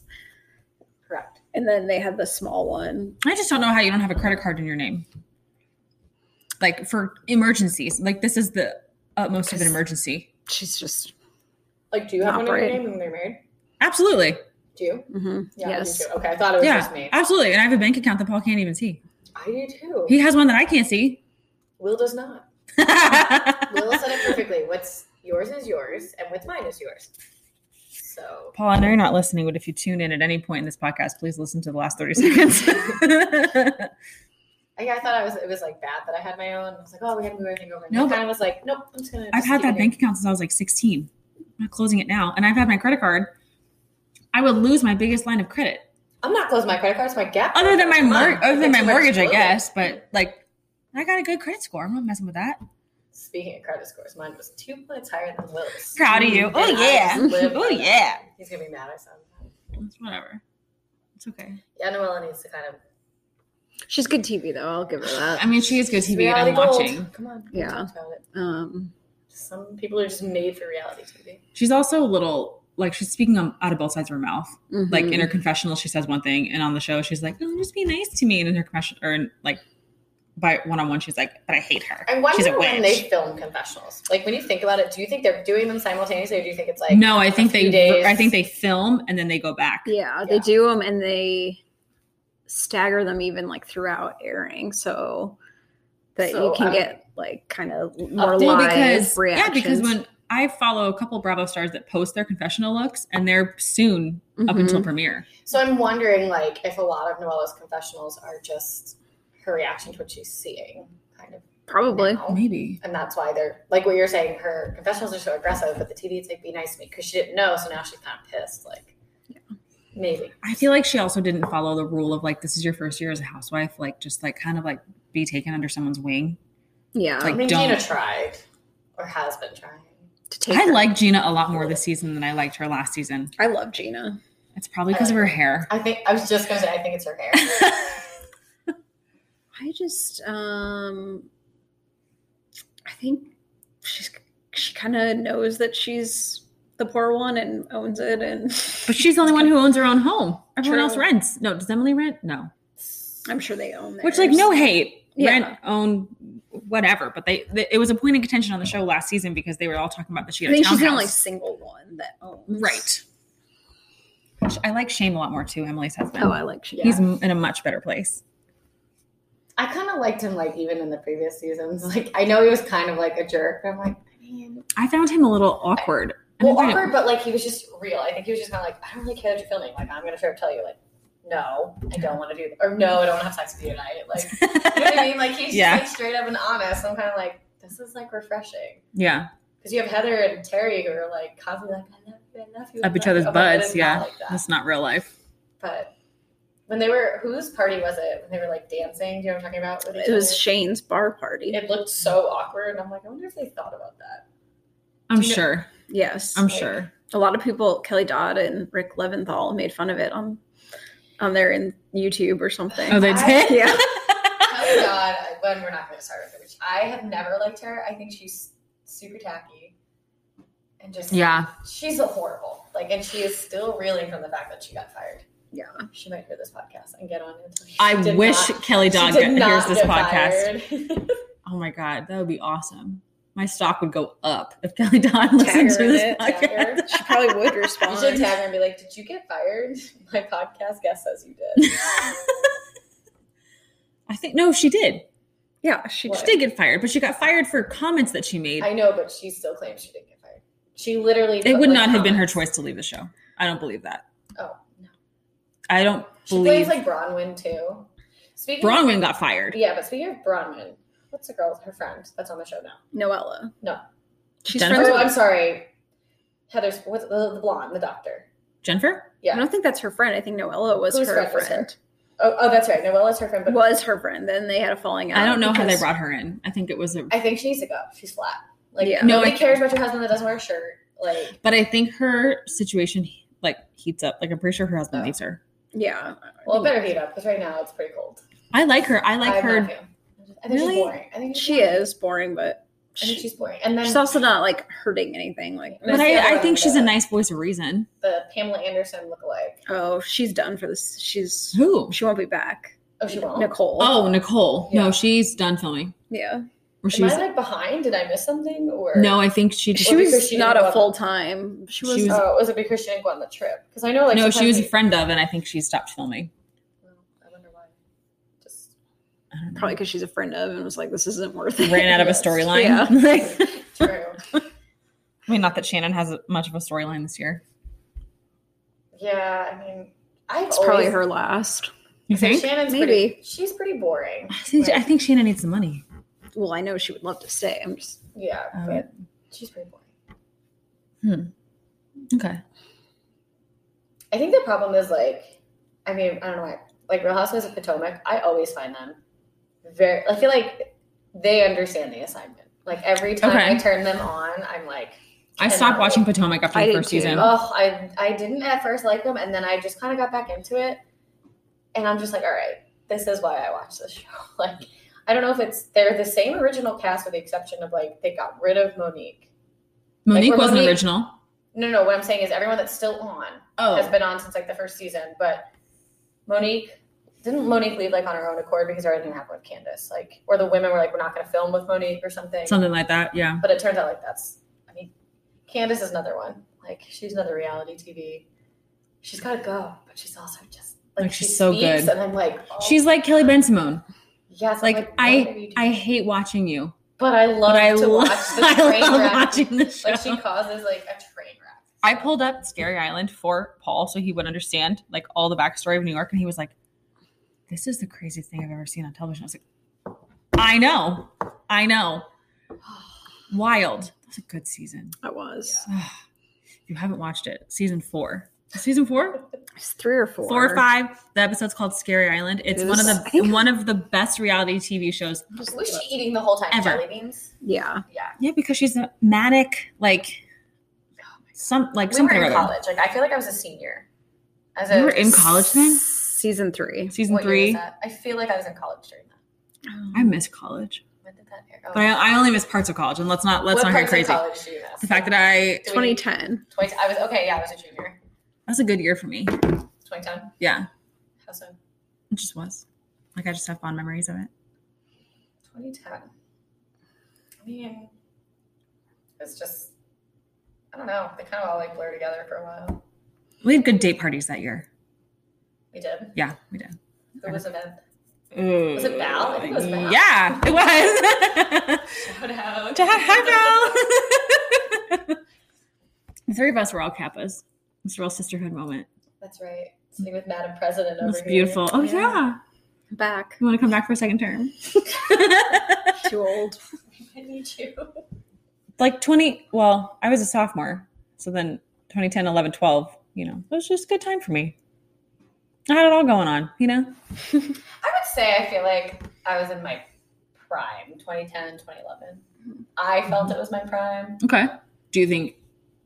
Speaker 3: correct
Speaker 2: And then they had the small one.
Speaker 1: I just don't know how you don't have a credit card in your name. Like for emergencies. Like this is the utmost of an emergency.
Speaker 2: She's just,
Speaker 3: like do you have
Speaker 2: Not
Speaker 3: one in your
Speaker 2: right.
Speaker 3: name when they're married
Speaker 1: Absolutely.
Speaker 3: do you
Speaker 2: mhm,
Speaker 3: yeah
Speaker 2: yes.
Speaker 3: I do too. okay i thought it was
Speaker 1: Yeah.
Speaker 3: just me
Speaker 1: Absolutely. And I have a bank account that Paul can't even see.
Speaker 3: i do too
Speaker 1: He has one that I can't see. <laughs>
Speaker 3: will does not Lil said it perfectly. What's yours is yours, and what's mine is yours. So
Speaker 1: Paul, I know you're not listening, but if you tune in at any point in this podcast, please listen to the last <laughs> 30 seconds.
Speaker 3: I, I thought I was it was like bad that I had my own. I was like, oh, we gotta move everything over.
Speaker 1: No,
Speaker 3: No,
Speaker 1: but-
Speaker 3: I was like, nope, I'm just gonna.
Speaker 1: I've
Speaker 3: just
Speaker 1: had
Speaker 3: keep
Speaker 1: that
Speaker 3: it here.
Speaker 1: bank account since I was like 16. I'm not closing it now. And I've had my credit card. I would lose my biggest line of credit.
Speaker 3: I'm not closing my credit cards. My gap.
Speaker 1: Other than my
Speaker 3: Come
Speaker 1: mor-
Speaker 3: on.
Speaker 1: other than my
Speaker 3: That's too much
Speaker 1: mortgage, I
Speaker 3: loading.
Speaker 1: guess. But like I got a good credit score. I'm not messing with that.
Speaker 3: Speaking of credit scores, mine was two points higher than Will's.
Speaker 1: Proud of you.
Speaker 3: And
Speaker 1: Oh
Speaker 3: I
Speaker 1: yeah.
Speaker 3: just lived
Speaker 1: Oh
Speaker 3: by that.
Speaker 1: yeah.
Speaker 3: He's gonna be mad at some.
Speaker 1: It's whatever. It's okay.
Speaker 3: Yeah, Noella needs to kind of
Speaker 2: She's good TV though. I'll give her
Speaker 1: I
Speaker 2: that.
Speaker 1: mean she is good TV and
Speaker 3: reality
Speaker 1: I'm
Speaker 3: gold.
Speaker 1: watching.
Speaker 3: Come on.
Speaker 2: Yeah.
Speaker 3: Talk about it.
Speaker 2: Um,
Speaker 3: Some people are just made for reality TV.
Speaker 1: She's also a little like she's speaking um, out of both sides of her mouth.
Speaker 3: Mm-hmm.
Speaker 1: Like
Speaker 2: mhm.
Speaker 1: in her confessional, she says one thing, and on the show, she's like, "Oh, just be nice to me." And in her confession, or in, like by one on one, she's like, "But I hate her.
Speaker 3: I
Speaker 1: she's
Speaker 3: wonder
Speaker 1: a
Speaker 3: when
Speaker 1: witch."
Speaker 3: they film confessionals. Like when you think about it, do you think they're doing them simultaneously, or do you think it's like
Speaker 1: no, I think they.
Speaker 3: few days.
Speaker 1: I think they film and then they go back.
Speaker 2: yeah, they
Speaker 3: Yeah.
Speaker 2: do them and they stagger them even like throughout airing, so that
Speaker 3: So,
Speaker 2: you can
Speaker 3: um,
Speaker 2: get like kind of more
Speaker 1: Well,
Speaker 2: live
Speaker 1: because yeah,
Speaker 2: reactions.
Speaker 1: because when I follow a couple Bravo stars that post their confessional looks, and they're soon
Speaker 2: Mm-hmm.
Speaker 1: up until premiere.
Speaker 3: So I'm wondering, like, if a lot of Noella's confessionals are just her reaction to what she's seeing, kind of.
Speaker 2: probably
Speaker 3: now.
Speaker 1: Maybe
Speaker 3: And that's why they're like what you're saying. Her confessionals are so aggressive, but the TV it's like be nice to me because she didn't know, so now she's kind of pissed. Like, maybe
Speaker 1: I feel like she also didn't follow the rule of like this is your first year as a housewife, like just like kind of like be taken under someone's wing.
Speaker 2: yeah
Speaker 1: Like,
Speaker 3: I mean,
Speaker 1: don't-
Speaker 3: Gina tried or has been trying.
Speaker 2: to take.
Speaker 1: I
Speaker 2: her.
Speaker 1: like Gina a lot more this season than I liked her last season.
Speaker 2: I love Gina.
Speaker 1: It's probably because of her hair.
Speaker 3: I think I was just gonna say I think it's her hair.
Speaker 2: I just um I think she's she kind of knows that she's the poor one and owns it and
Speaker 1: But she's the only one who owns her own home. Everyone
Speaker 2: True.
Speaker 1: else rents. No, does Emily rent? No.
Speaker 2: I'm sure they own theirs.
Speaker 1: Which, like, no hate.
Speaker 2: Yeah.
Speaker 1: Rent, own, whatever. But they, they, it was a point of contention on the show last season because they were all talking about that she
Speaker 2: I
Speaker 1: had a
Speaker 2: think she's the only
Speaker 1: townhouse.
Speaker 2: single one that owns.
Speaker 1: right. Which I like Shane a lot more too. Emily's husband.
Speaker 2: Oh, I like she.
Speaker 1: He's m- in a much better place.
Speaker 3: I kind of liked him, like even in the previous seasons. <laughs> Like I know he was kind of like a jerk. But I'm like, I mean,
Speaker 1: I found him a little awkward. I
Speaker 3: Well,
Speaker 1: don't know.
Speaker 3: awkward, but like he was just real. I think he was just kind of like, I don't really care that you're filming. Like, I'm gonna try to tell you, like, no, I don't want to do, or no, I don't want to have sex with you tonight. Like, you know what I mean? Like he's
Speaker 1: <laughs>
Speaker 3: just,
Speaker 1: Yeah.
Speaker 3: like straight up and honest. I'm kind of like, this is like refreshing
Speaker 1: yeah.
Speaker 3: because you have Heather and Terry who are like constantly like, I love you, I love you. I
Speaker 1: Up each
Speaker 3: love
Speaker 1: other's
Speaker 3: you. Oh my God,
Speaker 1: butts,
Speaker 3: it's not
Speaker 1: yeah.
Speaker 3: like that.
Speaker 1: That's not real life.
Speaker 3: But when they were, whose party was it? When they were like dancing? Do you know what I'm talking about? With each
Speaker 2: It was
Speaker 3: other?
Speaker 2: Shane's bar party.
Speaker 3: It looked so awkward, and I'm like, I wonder if they thought about that.
Speaker 1: I'm
Speaker 3: Do you know-
Speaker 1: sure.
Speaker 2: Yes,
Speaker 1: I'm sure.
Speaker 2: a lot of people, Kelly Dodd and Rick Leventhal, made fun of it on on their in YouTube or something.
Speaker 1: Oh, they
Speaker 3: I-
Speaker 1: did?
Speaker 2: <laughs>
Speaker 3: <laughs>
Speaker 2: yeah,
Speaker 3: <laughs> oh god, I- when we're not going to start with her, which I have never liked her. I think she's super tacky, and just
Speaker 1: Yeah.
Speaker 3: she's horrible. Like, and she is still reeling from the fact that she got fired.
Speaker 2: Yeah.
Speaker 3: she might hear this podcast and get on it. She
Speaker 1: I
Speaker 3: did
Speaker 1: wish
Speaker 3: not-
Speaker 1: Kelly
Speaker 3: she
Speaker 1: Dodd
Speaker 3: did
Speaker 1: get- hears
Speaker 3: not
Speaker 1: this
Speaker 3: get
Speaker 1: podcast. <laughs>
Speaker 3: fired.
Speaker 1: Oh my god, that would be awesome. My stock would go up if Kelly Don <laughs> listened
Speaker 2: her
Speaker 1: to
Speaker 2: in
Speaker 1: this
Speaker 3: it, tag her.
Speaker 1: podcast.
Speaker 2: she probably
Speaker 3: <laughs>
Speaker 2: would
Speaker 3: you
Speaker 2: respond.
Speaker 3: should tag her and be like, "Did you get fired?" <laughs> My podcast guest says you did.
Speaker 1: <laughs> I think no, she did.
Speaker 2: yeah, she
Speaker 3: What?
Speaker 1: She did get fired, but she got fired for comments that she made.
Speaker 3: I know, but she still claims she didn't get fired. She literally.
Speaker 1: it
Speaker 3: put,
Speaker 1: would
Speaker 3: like,
Speaker 1: not have been her
Speaker 3: comments.
Speaker 1: choice to leave the show. I don't believe that.
Speaker 3: Oh no,
Speaker 1: I don't
Speaker 3: she
Speaker 1: believe
Speaker 3: blames like Bronwyn too. Speaking of-
Speaker 1: Bronwyn got fired.
Speaker 3: Yeah, but speaking of Bronwyn, what's the girl, her friend that's on the show now?
Speaker 2: Noella.
Speaker 3: No.
Speaker 2: she's
Speaker 1: Jennifer?
Speaker 2: friends
Speaker 3: Oh,
Speaker 2: with
Speaker 3: I'm sorry. Heather's, what's the, the blonde, the doctor?
Speaker 1: Jennifer?
Speaker 2: I
Speaker 3: Yeah.
Speaker 2: don't think that's her friend. I think Noella was
Speaker 3: Whose
Speaker 2: her
Speaker 3: friend was
Speaker 2: friend.
Speaker 3: Oh, oh, that's right. Noella's her friend, but
Speaker 2: Was her friend. Then they had a falling out.
Speaker 1: I don't know how they
Speaker 2: because-
Speaker 1: brought her in. I think it was a
Speaker 3: I think she needs to go. She's flat. Like,
Speaker 2: Yeah.
Speaker 3: nobody
Speaker 1: No, I-
Speaker 3: cares about your husband that doesn't wear a shirt. Like,
Speaker 1: but I think her situation like heats up. Like I'm pretty sure her husband
Speaker 3: Oh.
Speaker 1: leaves her.
Speaker 2: Yeah,
Speaker 3: well, it better heat up because right now it's pretty cold.
Speaker 1: I like her. I like
Speaker 3: I'm
Speaker 1: her.
Speaker 3: not a fan. I think
Speaker 1: Really?
Speaker 3: she's boring. I think she's
Speaker 2: she
Speaker 3: boring.
Speaker 2: is boring, but
Speaker 3: I think
Speaker 2: she-
Speaker 3: she's boring. And then
Speaker 2: she's also not like hurting anything. Like,
Speaker 1: But
Speaker 3: That's the other
Speaker 1: I, I
Speaker 3: one
Speaker 1: think
Speaker 3: that
Speaker 1: she's a
Speaker 3: I like.
Speaker 1: nice voice of reason.
Speaker 3: the Pamela Anderson lookalike.
Speaker 2: oh, she's done for this. She's
Speaker 1: Who?
Speaker 2: she won't be back.
Speaker 3: Oh, she won't.
Speaker 2: Nicole.
Speaker 1: Oh, Nicole.
Speaker 3: Yeah.
Speaker 1: No, she's done filming.
Speaker 2: yeah,
Speaker 1: Where she
Speaker 3: Am
Speaker 1: was
Speaker 3: I like behind? Did I miss something? Or
Speaker 1: No, I think she
Speaker 2: she
Speaker 3: Or because
Speaker 2: was
Speaker 3: she didn't
Speaker 2: not
Speaker 3: go
Speaker 2: a
Speaker 3: on-
Speaker 2: full time. She was.
Speaker 1: She was-
Speaker 3: Oh, was it because she didn't go on the trip? Because I know, like,
Speaker 1: no, she
Speaker 3: sometimes
Speaker 1: was a
Speaker 3: you-
Speaker 1: friend of, and I think she stopped filming.
Speaker 3: Well, I wonder why. Just <laughs>
Speaker 1: I don't know.
Speaker 4: Probably because she's a friend of and was like, this isn't worth it.
Speaker 1: ran out of a
Speaker 3: <laughs> Yes.
Speaker 1: storyline.
Speaker 4: Yeah.
Speaker 1: Like,
Speaker 3: True.
Speaker 1: <laughs> I mean, not that Shannon has much of a storyline this year.
Speaker 3: Yeah, I mean, I've
Speaker 4: It's probably
Speaker 3: always-
Speaker 4: her last.
Speaker 1: You think?
Speaker 3: Shannon's
Speaker 4: Maybe.
Speaker 3: pretty- she's pretty boring.
Speaker 1: I think, I think Shannon needs the money.
Speaker 4: Well, I know she would love to stay. I'm just
Speaker 3: Yeah,
Speaker 1: Um,
Speaker 3: but she's pretty boring.
Speaker 1: Okay.
Speaker 3: I think the problem is like, I mean, I don't know why. Like Real Housewives of Potomac, I always find them very. I feel like they understand the assignment. Like every time
Speaker 1: Okay.
Speaker 3: I turn them on, I'm like,
Speaker 1: I stopped
Speaker 3: Cannot.
Speaker 1: watching Potomac after
Speaker 4: I
Speaker 1: the
Speaker 4: did
Speaker 1: first
Speaker 4: too.
Speaker 1: season.
Speaker 3: oh, I I didn't at first like them, and then I just kind of got back into it, and I'm just like, all right, this is why I watch this show. <laughs> Like, I don't know if it's they're the same original cast with the exception of like they got rid of Monique.
Speaker 1: Monique
Speaker 3: we're
Speaker 1: wasn't
Speaker 3: Monique-
Speaker 1: original.
Speaker 3: No, no, what I'm saying is everyone that's still on
Speaker 1: Oh.
Speaker 3: has been on since like the first season, but Monique didn't Monique leave like on her own accord because they already didn't have one Candace, like or the women were like, we're not going to film with Monique or something.
Speaker 1: something like that. Yeah.
Speaker 3: But it turns out like that's I mean, Candace is another one. Like she's another reality TV. She's got to go, but she's also just like,
Speaker 1: Like,
Speaker 3: she
Speaker 1: she's so
Speaker 3: speaks,
Speaker 1: good.
Speaker 3: and I'm like, oh,
Speaker 1: She's like Kelly Ben Simone.
Speaker 3: yes, I'm
Speaker 1: Like,
Speaker 3: like what are
Speaker 1: I
Speaker 3: you
Speaker 1: I
Speaker 3: doing?
Speaker 1: hate watching you,
Speaker 3: but I love
Speaker 1: but I,
Speaker 3: to
Speaker 1: lo-
Speaker 3: watch
Speaker 1: <laughs>
Speaker 3: the
Speaker 1: I
Speaker 3: train
Speaker 1: love
Speaker 3: wreck.
Speaker 1: watching the show.
Speaker 3: Like she causes like a train wreck.
Speaker 1: I pulled up Scary Island for Paul so he would understand like all the backstory of New York, and he was like, "This is the craziest thing I've ever seen on television." I was like, "I know, I
Speaker 3: <sighs>
Speaker 1: know, wild." That's a good season.
Speaker 4: I was.
Speaker 1: Ah, if you haven't watched it, season four. Season four,
Speaker 4: It's three or four.
Speaker 1: four or five. The episode's called Scary Island. It's
Speaker 4: It
Speaker 1: one of
Speaker 4: is- I think-
Speaker 1: the one of the best reality TV shows
Speaker 4: Just-
Speaker 3: Was she eating the whole time
Speaker 1: Ever.
Speaker 3: jelly beans?
Speaker 4: Yeah.
Speaker 3: Yeah.
Speaker 1: Yeah, because she's a manic, like some like
Speaker 3: we were
Speaker 1: something
Speaker 3: in
Speaker 1: or other.
Speaker 3: college. Like I feel like I was a senior. As
Speaker 1: We were in college then.
Speaker 4: Season three.
Speaker 1: Season
Speaker 3: what year was
Speaker 1: three.
Speaker 3: that? I feel like I was in college during that.
Speaker 1: I miss college,
Speaker 3: When did that air? Oh.
Speaker 1: but I, I only miss parts of college. And let's not let's
Speaker 3: what
Speaker 1: not
Speaker 3: parts
Speaker 1: get
Speaker 3: of
Speaker 1: crazy.
Speaker 3: college did you miss?
Speaker 1: The fact that I
Speaker 4: 2010.
Speaker 3: 20, I was okay. Yeah, I was a junior.
Speaker 1: that's a good year for me.
Speaker 3: 2010.
Speaker 1: Yeah,
Speaker 3: How so?
Speaker 1: it just was. Like I just have fond memories of it.
Speaker 3: 2010. I mean, it's just I don't know. They kind of all like blur together for a while.
Speaker 1: We had good date parties that year.
Speaker 3: We did.
Speaker 1: Yeah, we did.
Speaker 3: Who was <laughs> event?
Speaker 1: Was
Speaker 3: it Val? I think it was Val.
Speaker 1: Yeah, it was. <laughs>
Speaker 3: Shout out.
Speaker 1: Hi, Val. <laughs> the three of us were all Kappas. It's a real sisterhood moment.
Speaker 3: <laughs> That's right. Sitting with Madam President over
Speaker 1: It was
Speaker 3: here.
Speaker 1: beautiful. Oh
Speaker 3: Yeah.
Speaker 1: yeah.
Speaker 4: Back.
Speaker 1: You want to come back for a second term? <laughs>
Speaker 4: Too old.
Speaker 3: <laughs> I need you.
Speaker 1: like 20, well, I was a sophomore. So then 2010, 11, 12, you know, it was just a good time for me. I had it all going on, you know?
Speaker 3: I would say I feel like I was in my prime, 2010, 2011. I felt it was my prime.
Speaker 1: Okay. Do you think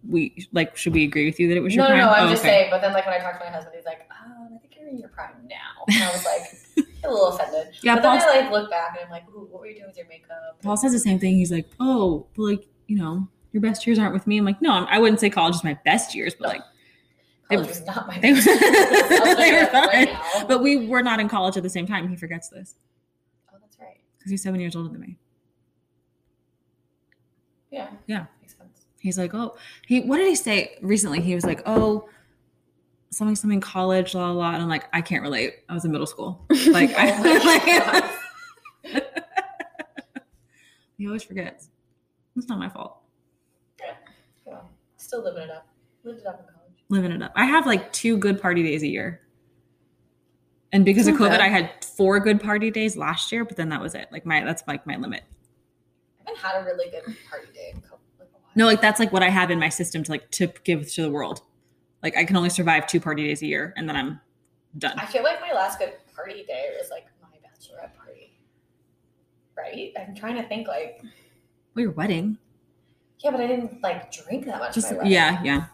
Speaker 1: we, like, should we agree with you that it was your
Speaker 3: No, no,
Speaker 1: prime?
Speaker 3: no, I'm
Speaker 1: Oh,
Speaker 3: just
Speaker 1: okay.
Speaker 3: saying. But then, like, when I talked to my husband, he's like, um, I think you're in your prime now. And I
Speaker 1: <laughs>
Speaker 3: was like, a little offended.
Speaker 1: Yeah,
Speaker 3: but then
Speaker 1: Paul's-
Speaker 3: I, like, look back and I'm like, ooh, what were you doing with your makeup?
Speaker 1: Paul says the same thing. He's like, oh, but like, you know, your best years aren't with me. I'm like, no, I'm, I wouldn't say college is my best years, but like,
Speaker 3: College was not my
Speaker 1: they- <laughs>
Speaker 3: best. I'll tell you
Speaker 1: they were
Speaker 3: that right now.
Speaker 1: <laughs> but we were not in college at the same time. He forgets this
Speaker 3: Oh, that's right.
Speaker 1: because he's seven years older than me.
Speaker 3: Yeah.
Speaker 1: Yeah.
Speaker 3: Makes sense.
Speaker 1: He's like, oh, he. What did he say recently? He was like, oh, something, something, college, la la. la. And I'm like, I can't relate. I was in middle
Speaker 3: <laughs>
Speaker 1: school. Like, I,
Speaker 3: Oh my
Speaker 1: <laughs> like-
Speaker 3: God.
Speaker 1: he always forgets. It's not my fault.
Speaker 3: Yeah. Still living it up. Lived it up in college.
Speaker 1: Living it up. I have like two good party days a year. And because of
Speaker 4: Not
Speaker 1: COVID,
Speaker 4: bad.
Speaker 1: I had four good party days last year, but then that was it. Like my, that's like my limit.
Speaker 3: I haven't had a really good party day in a couple like, a while.
Speaker 1: No, like that's like what I have in my system to like to give to the world. Like I can only survive two party days a year, and then I'm done.
Speaker 3: I feel like my last good party day was like my bachelorette party. Right? I'm trying to think like
Speaker 1: well, your wedding,
Speaker 3: yeah, but I didn't like drink that much. at
Speaker 1: just
Speaker 3: my wedding.
Speaker 1: yeah, yeah.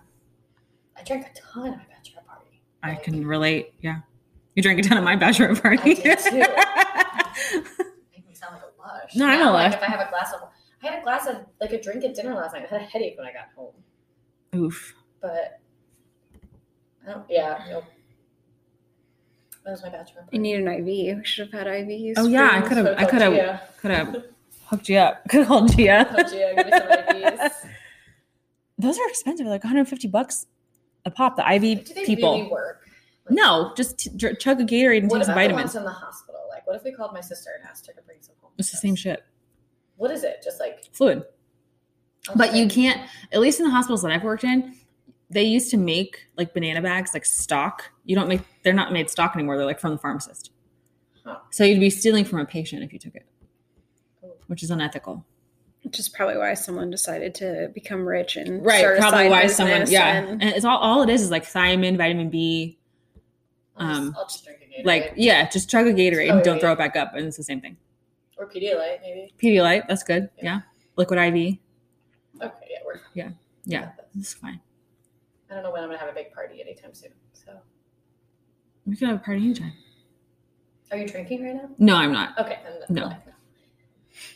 Speaker 3: I drank a ton at my bachelorette party.
Speaker 1: I
Speaker 3: Like,
Speaker 1: can relate. Yeah. You drank a ton at my bachelor party.
Speaker 3: did too.
Speaker 1: I
Speaker 3: Make me sound like a lush.
Speaker 1: No, I'm a
Speaker 3: Now, like,
Speaker 1: lush.
Speaker 3: If I have a glass of, I had a glass of like a drink at dinner last night. I had a headache when I got home,
Speaker 1: <laughs> Oof.
Speaker 3: but I don't. Yeah, nope. That was my bachelorette
Speaker 4: <laughs> You
Speaker 3: party.
Speaker 4: need an IV. We should have had IVs.
Speaker 1: Oh, yeah, I
Speaker 4: for-
Speaker 1: could've-
Speaker 3: Could've called
Speaker 1: could've-
Speaker 3: Gia.
Speaker 1: Could have hooked you up. Could have hooked you up.
Speaker 3: Called Gia, give me some IVs.
Speaker 1: Those are expensive. Like 150 bucks a pop. The IV
Speaker 3: Do they
Speaker 1: people.
Speaker 3: really work?
Speaker 1: no, just t- dr- chug a Gatorade and
Speaker 3: What
Speaker 1: take some
Speaker 3: about the
Speaker 1: vitamins.
Speaker 3: ones in the hospital? Like, what What if we called my sister and asked her to bring some home?
Speaker 1: It's the
Speaker 3: with
Speaker 1: same
Speaker 3: us?
Speaker 1: shit.
Speaker 3: What is it? Just like,
Speaker 1: Fluid.
Speaker 3: I'll
Speaker 1: But
Speaker 3: just,
Speaker 1: you
Speaker 3: like,
Speaker 1: can't, at least in the hospitals that I've worked in, they used to make like banana bags, like stock. You don't make, they're not made stock anymore. They're like from the pharmacist.
Speaker 3: Huh.
Speaker 1: So you'd be stealing from a patient if you took it,
Speaker 3: Ooh.
Speaker 1: which is unethical.
Speaker 4: Which is probably why someone decided to become rich and
Speaker 1: Right.
Speaker 4: start a
Speaker 1: probably
Speaker 4: side
Speaker 1: why someone,
Speaker 4: business
Speaker 1: yeah. And,
Speaker 4: and-
Speaker 1: it's all, all it is is like thiamine, vitamin B,
Speaker 3: I'll just-
Speaker 1: um,
Speaker 3: I'll just drink a Gatorade.
Speaker 1: like, yeah, just chug a Gatorade and
Speaker 3: Oh,
Speaker 1: don't
Speaker 3: yeah.
Speaker 1: throw it back up. And it's the same thing.
Speaker 3: or Pedialyte maybe.
Speaker 1: Pedialyte, that's good. Yeah. Liquid IV,
Speaker 3: Okay, yeah, we're.
Speaker 1: Yeah. Yeah.
Speaker 3: we got this.
Speaker 1: that's fine.
Speaker 3: I don't know when I'm gonna have a big party anytime soon. So,
Speaker 1: We could have a party anytime.
Speaker 3: are you drinking right now?
Speaker 1: No, I'm not.
Speaker 3: Okay, then
Speaker 1: No.
Speaker 3: like,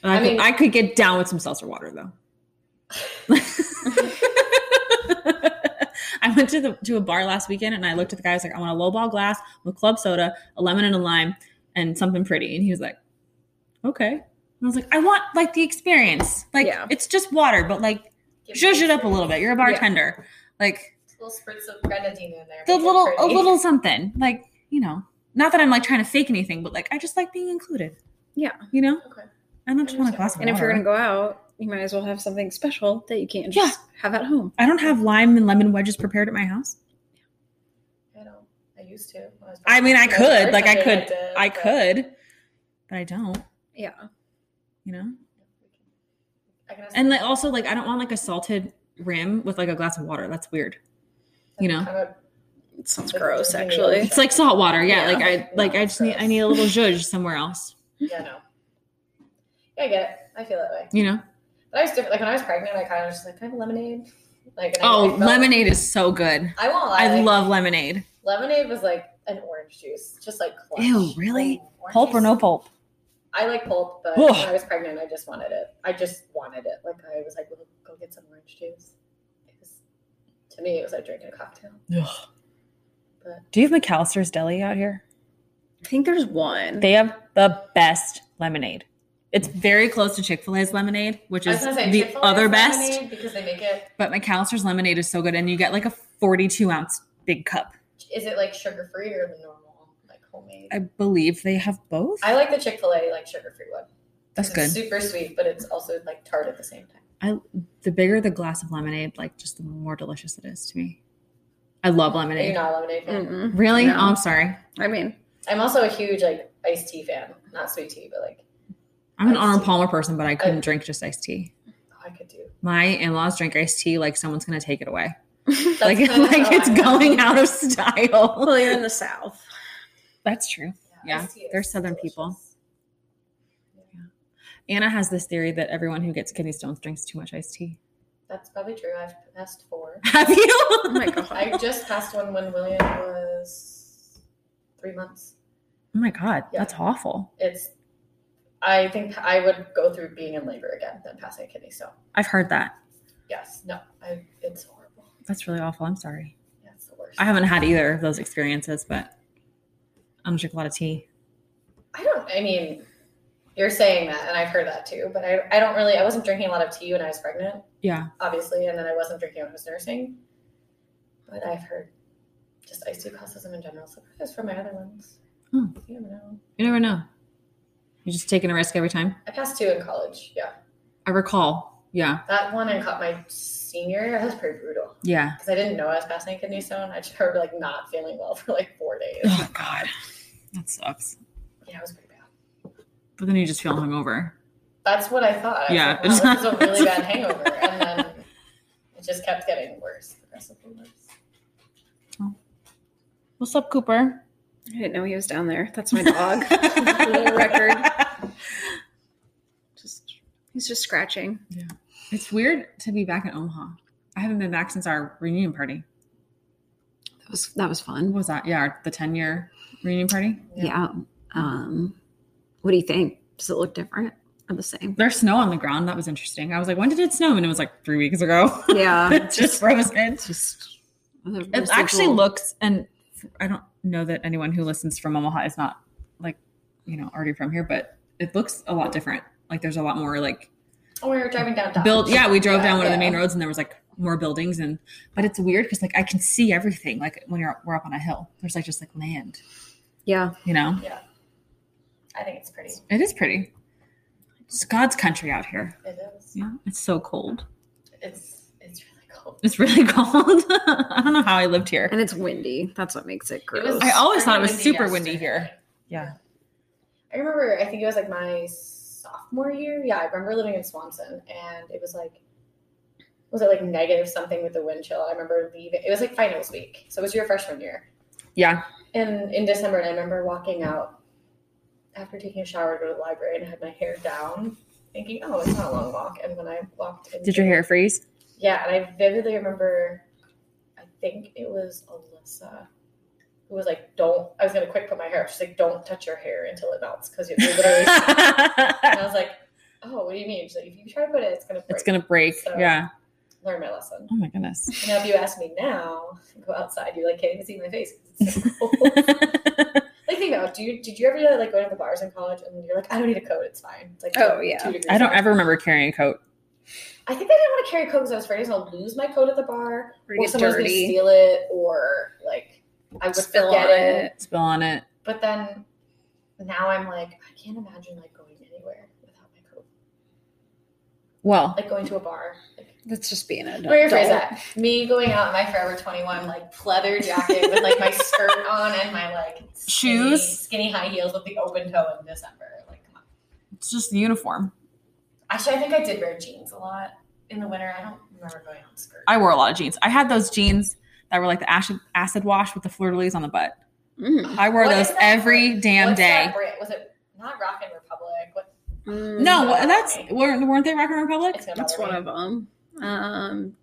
Speaker 1: I,
Speaker 3: I
Speaker 1: could,
Speaker 3: mean-
Speaker 1: I could get down with some seltzer water though. <laughs> I went to the to a bar last weekend and I looked at the guy. I was like, I want a lowball glass with club soda, a lemon and a lime, and something pretty. And he was like, Okay. And I was like, I want like the experience. Like
Speaker 4: Yeah.
Speaker 1: it's just water, but like
Speaker 3: give me
Speaker 1: zhuzh it up a
Speaker 3: a
Speaker 1: little bit. You're a bartender. Like
Speaker 3: little spritz of grenadine in there.
Speaker 1: the
Speaker 3: make it
Speaker 1: little a
Speaker 3: pretty.
Speaker 1: little something. Like you know, not that I'm like trying to fake anything, but like I just like being included.
Speaker 4: Yeah.
Speaker 1: You know,
Speaker 3: Okay.
Speaker 1: I don't just want a glass of
Speaker 4: And if
Speaker 1: water.
Speaker 4: you're gonna go out, you might as well have something special that you can't
Speaker 1: Yeah.
Speaker 4: just have at home.
Speaker 1: I don't have lime and lemon wedges prepared at my house.
Speaker 3: I don't. I used to. when was
Speaker 1: I mean, I
Speaker 3: bartending.
Speaker 1: could, like, I
Speaker 3: Bartending
Speaker 1: could-
Speaker 3: did,
Speaker 1: I
Speaker 3: but-
Speaker 1: could, but I don't.
Speaker 4: Yeah.
Speaker 1: You know,
Speaker 3: I can ask-
Speaker 1: and like also like I don't want like a salted rim with like a glass of water. That's weird. You know,
Speaker 3: I'm a-
Speaker 4: It sounds
Speaker 3: Like,
Speaker 4: gross
Speaker 3: drinking
Speaker 4: actually.
Speaker 3: milk.
Speaker 1: it's like salt water. Yeah,
Speaker 4: Yeah.
Speaker 1: like I like I just need I need a little zhuzh somewhere else.
Speaker 3: yeah, no. Yeah, I get it. I feel that way.
Speaker 1: You know.
Speaker 3: But I was different. Like when I was pregnant, I kind of was just like, "Can I have a lemonade?" Like, and I-
Speaker 1: Oh,
Speaker 3: I felt-
Speaker 1: lemonade is so good.
Speaker 3: I won't lie.
Speaker 1: I
Speaker 3: like,
Speaker 1: love lemonade.
Speaker 3: lemonade. Was like an orange juice, just like clutch.
Speaker 1: Ew, really?
Speaker 3: Oh, orange
Speaker 1: Pulp or
Speaker 3: juice.
Speaker 1: no pulp?
Speaker 3: I like pulp, but
Speaker 1: Ugh.
Speaker 3: when I was pregnant, I just wanted it. I just wanted it. Like I was like, well, "Go get some orange juice." It was, to me, it was like drinking a cocktail. But-
Speaker 1: Do you have McAllister's Deli out here?
Speaker 4: I think there's one.
Speaker 1: They have the best lemonade. It's very close to Chick Fil A's lemonade, which
Speaker 3: I
Speaker 1: is
Speaker 3: was gonna say
Speaker 1: the
Speaker 3: Chick-fil-A
Speaker 1: other
Speaker 3: has
Speaker 1: best.
Speaker 3: lemonade because they make it.
Speaker 1: But McAllister's lemonade is so good, and you get like a 42 ounce big cup.
Speaker 3: Is it like sugar free or the normal like homemade?
Speaker 1: I believe they have both.
Speaker 3: I like the Chick Fil A like sugar free one.
Speaker 1: That's good.
Speaker 3: It's super sweet, but it's also like tart at the same time.
Speaker 1: the bigger the glass of lemonade, like just the more delicious it is to me. I love
Speaker 3: Are you
Speaker 1: lemonade.
Speaker 3: not a lemonade fan?
Speaker 4: Mm-mm.
Speaker 1: Really?
Speaker 4: No.
Speaker 1: Oh, I'm sorry.
Speaker 4: I mean,
Speaker 3: I'm also a huge like iced tea fan. Not sweet tea, but like
Speaker 1: I'm an
Speaker 3: Iced
Speaker 1: Arnold
Speaker 3: tea.
Speaker 1: Palmer person, but I couldn't
Speaker 3: I-
Speaker 1: drink just iced tea.
Speaker 3: oh, I could do.
Speaker 1: My in laws drink iced tea like someone's gonna take it away. <laughs>
Speaker 3: That's
Speaker 1: like <laughs>
Speaker 3: kinda
Speaker 1: like
Speaker 3: how
Speaker 1: it's
Speaker 3: I am.
Speaker 1: going out of style. <laughs>
Speaker 4: well, you're in the South.
Speaker 1: That's true. Yeah,
Speaker 3: iced tea is
Speaker 1: they're Southern
Speaker 3: delicious.
Speaker 1: people. Anna has this theory that everyone who gets kidney stones drinks too much iced tea. <laughs>
Speaker 3: That's probably true. I've passed four.
Speaker 1: Have you?
Speaker 4: <laughs> Oh my <laughs> god.
Speaker 3: I just passed one when William was three months.
Speaker 1: Oh my god,
Speaker 3: Yeah.
Speaker 1: that's awful.
Speaker 3: It's. I think I would go through being in labor again than passing a kidney stone.
Speaker 1: I've heard that.
Speaker 3: Yes. No. I, it's horrible.
Speaker 1: That's really awful. I'm sorry.
Speaker 3: Yeah, it's the worst.
Speaker 1: I haven't had either of those experiences, but I don't drink a lot of tea.
Speaker 3: I don't. I mean, you're saying that, and I've heard that too. But I, I don't really. I wasn't drinking a lot of tea when I was pregnant,
Speaker 1: Yeah.
Speaker 3: obviously, and then I wasn't drinking when I was nursing. But I've heard just iced tea causes them in general. So that's for my other ones.
Speaker 1: Hmm.
Speaker 3: You never know.
Speaker 1: You never know. You're just taking a risk every time.
Speaker 3: I passed two in college. Yeah,
Speaker 1: I recall. Yeah.
Speaker 3: that one I caught my senior year. That was pretty brutal
Speaker 1: Yeah.
Speaker 3: because I didn't know I was passing a kidney stone. I just remember like not feeling well <laughs> for like four days.
Speaker 1: Oh God. That sucks.
Speaker 3: yeah, it was pretty bad.
Speaker 1: But then you just feel hungover.
Speaker 3: That's what I thought. I was
Speaker 1: Yeah,
Speaker 3: like,
Speaker 1: it's
Speaker 3: wow, this is a
Speaker 1: not- <laughs>
Speaker 3: really bad hangover, and then it just kept getting worse, progressively worse.
Speaker 1: What's up, <laughs> Cooper?
Speaker 4: I didn't know he was down there. That's my dog. little record. <laughs> Just he's just scratching.
Speaker 1: It's weird to be back in Omaha. I haven't been back since our reunion party.
Speaker 4: That was that was
Speaker 1: What
Speaker 4: fun.
Speaker 1: was that? Yeah, our- the 10 year reunion party.
Speaker 3: Yeah.
Speaker 4: Yeah. Um what do you think? Does it look different or the <laughs> same?
Speaker 1: There's snow on the ground. That was interesting. I was like, when did it snow? And it was like three weeks ago. <laughs>
Speaker 4: Yeah.
Speaker 1: It just frozen.
Speaker 4: it's just other
Speaker 1: It
Speaker 4: residual-
Speaker 1: actually looks, and I don't know that anyone who listens from Omaha is not like, you know, already from here, but it looks a lot different. Like there's a lot more like
Speaker 3: Oh, we were driving down. Dodge.
Speaker 1: build. Yeah, we drove
Speaker 3: Yeah,
Speaker 1: down one of the
Speaker 3: yeah.
Speaker 1: main roads and there was like more buildings and, but it's weird because like I can see everything. Like when you're we're up on a hill, there's like just like land,
Speaker 4: Yeah.
Speaker 1: you know.
Speaker 3: Yeah. I think it's pretty.
Speaker 1: It is pretty. It's God's country out here.
Speaker 3: It is.
Speaker 1: Yeah, it's so cold.
Speaker 3: It's it's really cold.
Speaker 1: It's really <laughs> cold. I don't know how I lived here.
Speaker 2: And it's windy. That's what makes it gross.
Speaker 1: I always thought it was
Speaker 3: pretty
Speaker 1: super windy here. Yeah.
Speaker 3: I remember, I think it was like my sophomore year. Yeah, I remember living in Swanson and it was like, was it like negative something with the wind chill? I remember leaving. It was like finals week. So it was your freshman year.
Speaker 1: Yeah.
Speaker 3: And in December, and I remember walking out after taking a shower to go to the library and I had my hair down, thinking, oh, it's not a long walk. And when I walked in,
Speaker 1: Did your hair <laughs> freeze?
Speaker 3: Yeah, and I vividly remember, I think it was Alyssa who was like, "Don't." I was gonna quick put my hair. up. She's like, "Don't touch your hair until it melts," because you're
Speaker 1: <laughs>
Speaker 3: literally. and I was like, "Oh, what do you mean?" She's like, "If you try to put it, it's gonna break."
Speaker 1: it's gonna break.
Speaker 3: So-
Speaker 1: Yeah.
Speaker 3: learn my lesson.
Speaker 1: Oh my <laughs> goodness.
Speaker 3: And now, if you ask me now, <laughs> go outside. You're like, "Can't even see my face." 'cause It's
Speaker 1: <laughs>
Speaker 3: so cold. like, think about. it. Do you did you ever like go to the bars in college and you're like, "I don't need a coat. It's fine." It's like,
Speaker 2: Oh,
Speaker 3: two-
Speaker 2: yeah.
Speaker 3: two degrees
Speaker 1: I don't
Speaker 3: outside.
Speaker 1: ever remember carrying a coat.
Speaker 3: I think I didn't want to carry a coat because I was afraid I was gonna lose my coat at the bar,
Speaker 2: Or
Speaker 3: or
Speaker 2: get
Speaker 3: someone's
Speaker 2: dirty.
Speaker 3: gonna steal it, or like I would
Speaker 2: Spill
Speaker 3: forget
Speaker 2: on
Speaker 3: it.
Speaker 2: it.
Speaker 1: Spill on it.
Speaker 3: But then now I'm like, I can't imagine like going anywhere without my coat,
Speaker 1: Well,
Speaker 3: like going to a bar. Like,
Speaker 2: That's just being an
Speaker 3: where
Speaker 2: adult.
Speaker 3: is that? Me going out in my Forever 21 like pleather jacket with like
Speaker 2: <laughs>
Speaker 3: my skirt on and my like skinny-
Speaker 1: Shoes?
Speaker 3: skinny high heels with the open toe in December. Like, come on.
Speaker 1: it's just the uniform.
Speaker 3: Actually, I think I did wear jeans a lot in the winter. I don't remember going out in skirt.
Speaker 1: I wore a lot of jeans. I had those jeans that were like the acid, acid wash with the fleur de lis on the butt.
Speaker 2: Mm.
Speaker 1: I wore
Speaker 3: What
Speaker 1: those
Speaker 3: is that?
Speaker 1: every damn
Speaker 3: What's
Speaker 1: day.
Speaker 3: that brand? Was it not Rockin' Republic? What?
Speaker 2: Mm.
Speaker 1: No, wha- that's weren't, weren't they Rock and Republic?
Speaker 3: It's gonna
Speaker 2: That's one
Speaker 3: bother me.
Speaker 2: of them. Um,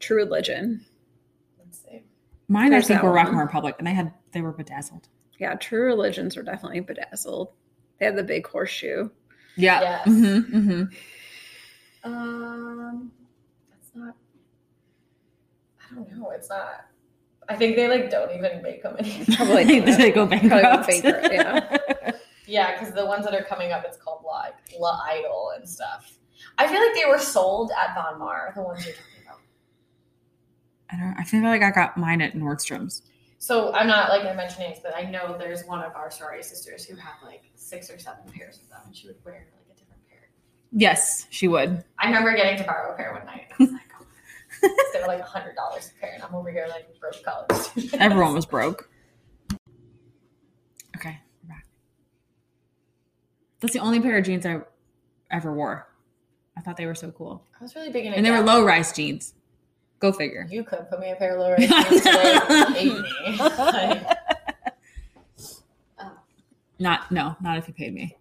Speaker 2: True Religion.
Speaker 3: Let's see.
Speaker 1: Mine I
Speaker 2: There's
Speaker 1: think
Speaker 2: that
Speaker 1: were Rock and
Speaker 2: one.
Speaker 1: Republic, and they had they were bedazzled.
Speaker 2: Yeah, True Religions were definitely bedazzled. They had the big horseshoe.
Speaker 1: Yeah.
Speaker 3: Yes.
Speaker 1: Mm-hmm, mm-hmm.
Speaker 3: Um, that's not. I don't know. It's not. I think they like don't even make them anymore.
Speaker 2: <laughs>
Speaker 1: <laughs>
Speaker 2: Probably
Speaker 1: they,
Speaker 2: not.
Speaker 1: they go
Speaker 2: Probably
Speaker 1: bankrupt.
Speaker 2: went bankrupt, yeah.
Speaker 3: yeah, because the ones that are coming up, it's called La, La Idol and stuff. I feel like they were sold at Von Mar. The ones you're talking about.
Speaker 1: <laughs> I don't. I feel like I got mine at Nordstrom's.
Speaker 3: So I'm not like gonna mention names, but I know there's one of our sorority sisters who had like six or seven pairs of them, and she would wear like a different pair.
Speaker 1: Yes, she would.
Speaker 3: I remember getting to borrow a pair one night. And I was like, oh. my goodness. they were like hundred dollars a pair, and I'm over here like broke college. student.
Speaker 1: Everyone was broke. Okay, we're back. That's the only pair of jeans I ever wore. I thought they were so cool,
Speaker 3: I was really big into
Speaker 1: and they were
Speaker 3: gap.
Speaker 1: low rise jeans. Go figure.
Speaker 3: You could put me a pair of low-rise jeans today. and hate
Speaker 1: <laughs>
Speaker 3: me. Like,
Speaker 1: Not no, not if you paid me.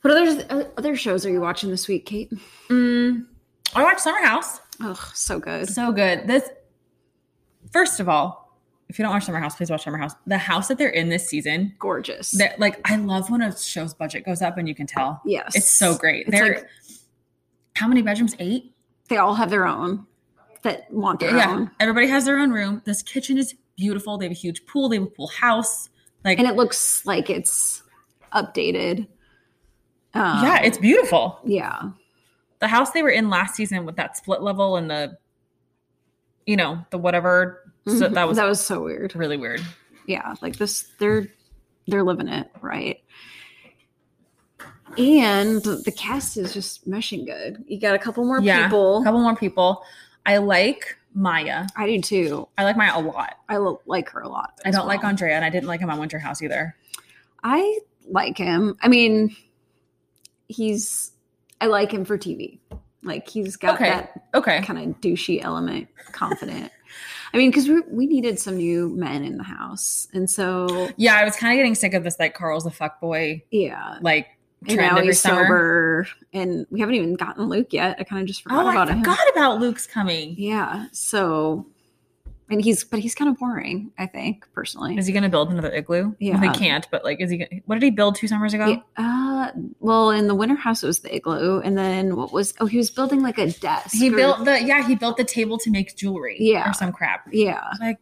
Speaker 2: What other uh, other shows are you watching this week, Kate?
Speaker 1: Mm, I watched Summer House.
Speaker 2: Ugh, so good.
Speaker 1: So good. This first of all, if you don't watch Summer House, please watch Summer House. The house that they're in this season
Speaker 2: Gorgeous.
Speaker 1: that like I love when a show's budget goes up and you can tell.
Speaker 2: yes,
Speaker 1: It's so great.
Speaker 2: It's
Speaker 1: They're
Speaker 2: like-
Speaker 1: how many bedrooms? Eight?
Speaker 2: they all have their own that want their own,
Speaker 1: Everybody has their own room. This kitchen is beautiful. They have a huge pool. They have a pool house. Like
Speaker 2: and it looks like it's updated. Um,
Speaker 1: yeah, it's beautiful.
Speaker 2: yeah.
Speaker 1: The house they were in last season with that split level and the you know, the whatever so that was
Speaker 2: Mm-hmm. that was so weird.
Speaker 1: really weird.
Speaker 2: yeah like this they're they're living it right and the cast is just meshing good you got a couple more
Speaker 1: yeah.
Speaker 2: people
Speaker 1: A couple more people. I like Maya.
Speaker 2: i do too
Speaker 1: I like Maya a lot.
Speaker 2: i lo- like her a lot
Speaker 1: I
Speaker 2: as
Speaker 1: don't like
Speaker 2: well.
Speaker 1: Andrea and I didn't like him on Winter House either.
Speaker 2: i like him i mean he's i like him for tv like he's got
Speaker 1: Okay.
Speaker 2: that
Speaker 1: Okay.
Speaker 2: kind of douchey element confident i mean because we, we needed some new men in the house and so
Speaker 1: Yeah, I was kind of getting sick of this like Carl's a fuck boy
Speaker 2: yeah
Speaker 1: like
Speaker 2: and
Speaker 1: trend
Speaker 2: now
Speaker 1: every
Speaker 2: he's
Speaker 1: summer.
Speaker 2: sober and we haven't even gotten luke yet i kind of just forgot
Speaker 1: Oh,
Speaker 2: about
Speaker 1: I
Speaker 2: him
Speaker 1: forgot about Luke's coming.
Speaker 2: yeah so and he's but he's kind of boring i think personally
Speaker 1: Is he going to build another igloo? Well,
Speaker 2: Yeah.
Speaker 1: he can't. But like, is he? Gonna, what did he build two summers ago?
Speaker 2: Yeah, uh well in the winter house it was the igloo and then what was oh he was building like a desk
Speaker 1: He
Speaker 2: or-
Speaker 1: built the yeah. He built the table to make jewelry.
Speaker 2: Yeah.
Speaker 1: or some crap.
Speaker 2: yeah
Speaker 1: Like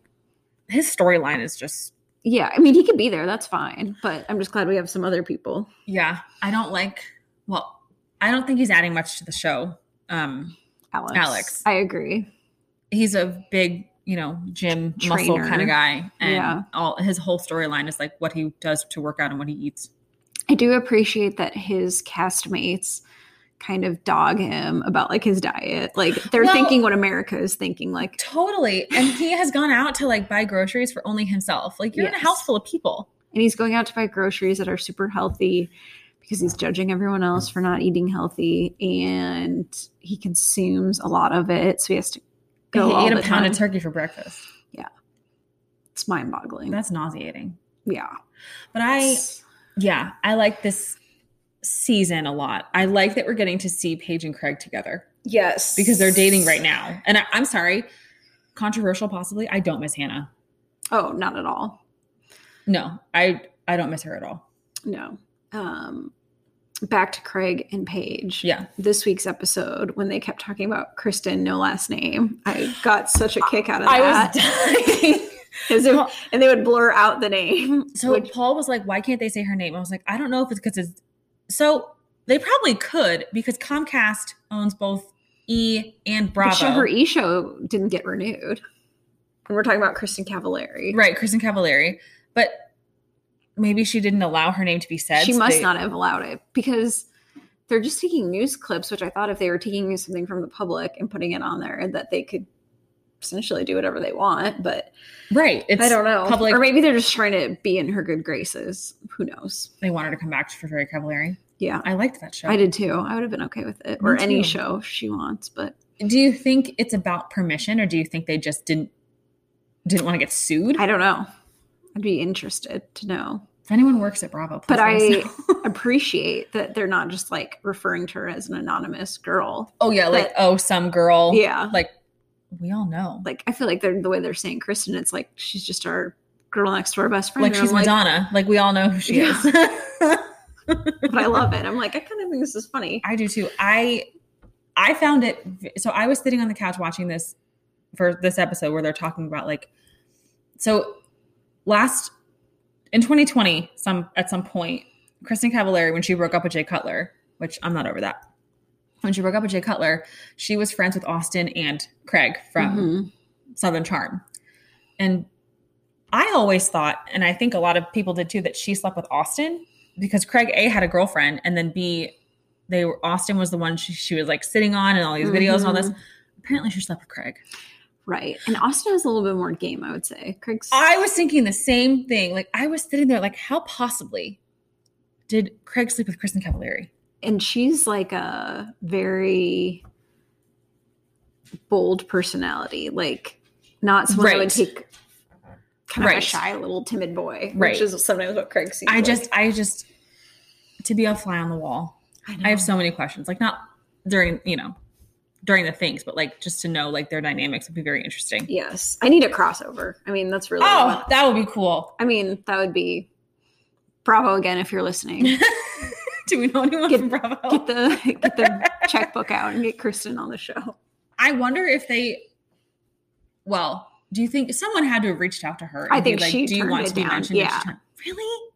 Speaker 1: his storyline is just
Speaker 2: yeah i mean he could be there that's fine but i'm just glad we have some other people
Speaker 1: yeah. I don't like. Well, I don't think he's adding much to the show. Um,
Speaker 2: alex
Speaker 1: Alex.
Speaker 2: i agree
Speaker 1: he's a big you know, gym muscle
Speaker 2: Trainer.
Speaker 1: kind of guy. And
Speaker 2: Yeah.
Speaker 1: all his whole storyline is like what he does to work out and what he eats.
Speaker 2: I do appreciate that his castmates kind of dog him about like his diet. Like they're
Speaker 1: Well-
Speaker 2: thinking what America is thinking. Like
Speaker 1: Totally. And he has gone out to like buy groceries for only himself. Like you're in
Speaker 2: Yes.
Speaker 1: a house full of people.
Speaker 2: and he's going out to buy groceries that are super healthy because he's judging everyone else for not eating healthy and he consumes a lot of it so he has to go
Speaker 1: he
Speaker 2: all
Speaker 1: ate a
Speaker 2: the
Speaker 1: pound
Speaker 2: time.
Speaker 1: of turkey for breakfast.
Speaker 2: it's mind-boggling
Speaker 1: That's nauseating.
Speaker 2: yeah
Speaker 1: But I yeah, I like this season a lot. I like that we're getting to see Paige and Craig together
Speaker 4: Yes.
Speaker 1: because they're dating right now. And I, I'm sorry, controversial possibly. I don't miss Hannah.
Speaker 2: oh not at all
Speaker 1: No, I I don't miss her at all.
Speaker 2: no um back to craig and paige
Speaker 1: Yeah.
Speaker 2: this week's episode when they kept talking about kristen no last name i got such a kick out of
Speaker 1: I
Speaker 2: that
Speaker 1: was
Speaker 2: <laughs>
Speaker 1: dying.
Speaker 2: 'Cause it-
Speaker 1: <laughs>
Speaker 2: and they would blur out the name
Speaker 1: So
Speaker 2: which-
Speaker 1: Paul was like, "Why can't they say her name?" I was like, "I don't know if it's because it's." So they probably could because Comcast owns both E and
Speaker 2: But
Speaker 1: Bravo.
Speaker 2: show her E show didn't get renewed. And we're talking about Kristen Cavallari.
Speaker 1: right, Kristen Cavallari, but maybe she didn't allow her name to be said.
Speaker 2: She
Speaker 1: so
Speaker 2: must
Speaker 1: they-
Speaker 2: not have allowed it because they're just taking news clips, which I thought if they were taking something from the public and putting it on there, that they could essentially do whatever they want. But
Speaker 1: Right, it's,
Speaker 2: I don't know.
Speaker 1: public-
Speaker 2: Or maybe they're just trying to be in her good graces. Who knows?
Speaker 1: They want her to come back for Terry Cavallari.
Speaker 2: Yeah.
Speaker 1: I liked that show.
Speaker 2: I did too. I would have been okay with it,
Speaker 1: Me
Speaker 2: or any
Speaker 1: too.
Speaker 2: show she wants. But
Speaker 1: Do you think it's about permission, or do you think they just didn't didn't want to get sued?
Speaker 2: I don't know. I'd be interested to know.
Speaker 1: <laughs> if anyone works at Bravo, please
Speaker 2: But
Speaker 1: let us
Speaker 2: I-
Speaker 1: know. <laughs>
Speaker 2: Appreciate that they're not just like referring to her as an anonymous girl.
Speaker 1: oh yeah, like
Speaker 2: but-
Speaker 1: oh some girl,
Speaker 2: Yeah.
Speaker 1: like we all know,
Speaker 2: like I feel like they're the way they're saying Kristen, it's like she's just our girl next door best friend.
Speaker 1: like
Speaker 2: And
Speaker 1: she's
Speaker 2: I'm
Speaker 1: Madonna. Like we all know who she
Speaker 2: Yeah.
Speaker 1: is. <laughs>
Speaker 2: but I love it. I'm like, I kind of think this is funny.
Speaker 1: I do too. I I found it v- so I was sitting on the couch watching this for this episode where they're talking about like so last in 2020 some at some point Kristen Cavallari when she broke up with Jay Cutler, which I'm not over that. When she broke up with Jay Cutler, she was friends with Austin and Craig from
Speaker 2: Mhm.
Speaker 1: Southern Charm. And I always thought, and I think a lot of people did too, that she slept with Austin because Craig A had a girlfriend, and then B, they were Austin was the one she, she was like sitting on and all these videos and all this. Apparently, she slept with Craig.
Speaker 2: right. And Austin has a little bit more game, I would say. Craig's
Speaker 1: I was thinking the same thing. Like I was sitting there, like how possibly did Craig sleep with Kristen Cavallari?
Speaker 2: and she's like a very bold personality, like not someone that would
Speaker 1: Right.
Speaker 2: take kind of a
Speaker 1: Right.
Speaker 2: shy little timid boy,
Speaker 1: Right.
Speaker 2: which is sometimes what Craig sees.
Speaker 1: I just, I just, to be a fly on the wall. I, have so many questions. Like not during, you know, during the things, but like just to know like their dynamics would be very interesting.
Speaker 2: yes, I need a crossover. I mean, that's really what-
Speaker 1: Oh, that would be cool. <laughs>
Speaker 2: I mean, that would be bravo again if
Speaker 1: <laughs>
Speaker 2: you're listening.
Speaker 1: Do we know anyone
Speaker 2: Get-
Speaker 1: from Bravo?
Speaker 2: Get the get the checkbook out and get Kristen on the show.
Speaker 1: I wonder if they. Well, do you think someone had to have reached out to her?
Speaker 2: I
Speaker 1: and be
Speaker 2: think she
Speaker 1: Do you
Speaker 2: turned
Speaker 1: want
Speaker 2: it
Speaker 1: to be
Speaker 2: down."
Speaker 1: mentioned? And she
Speaker 2: Yeah.
Speaker 1: turned- really,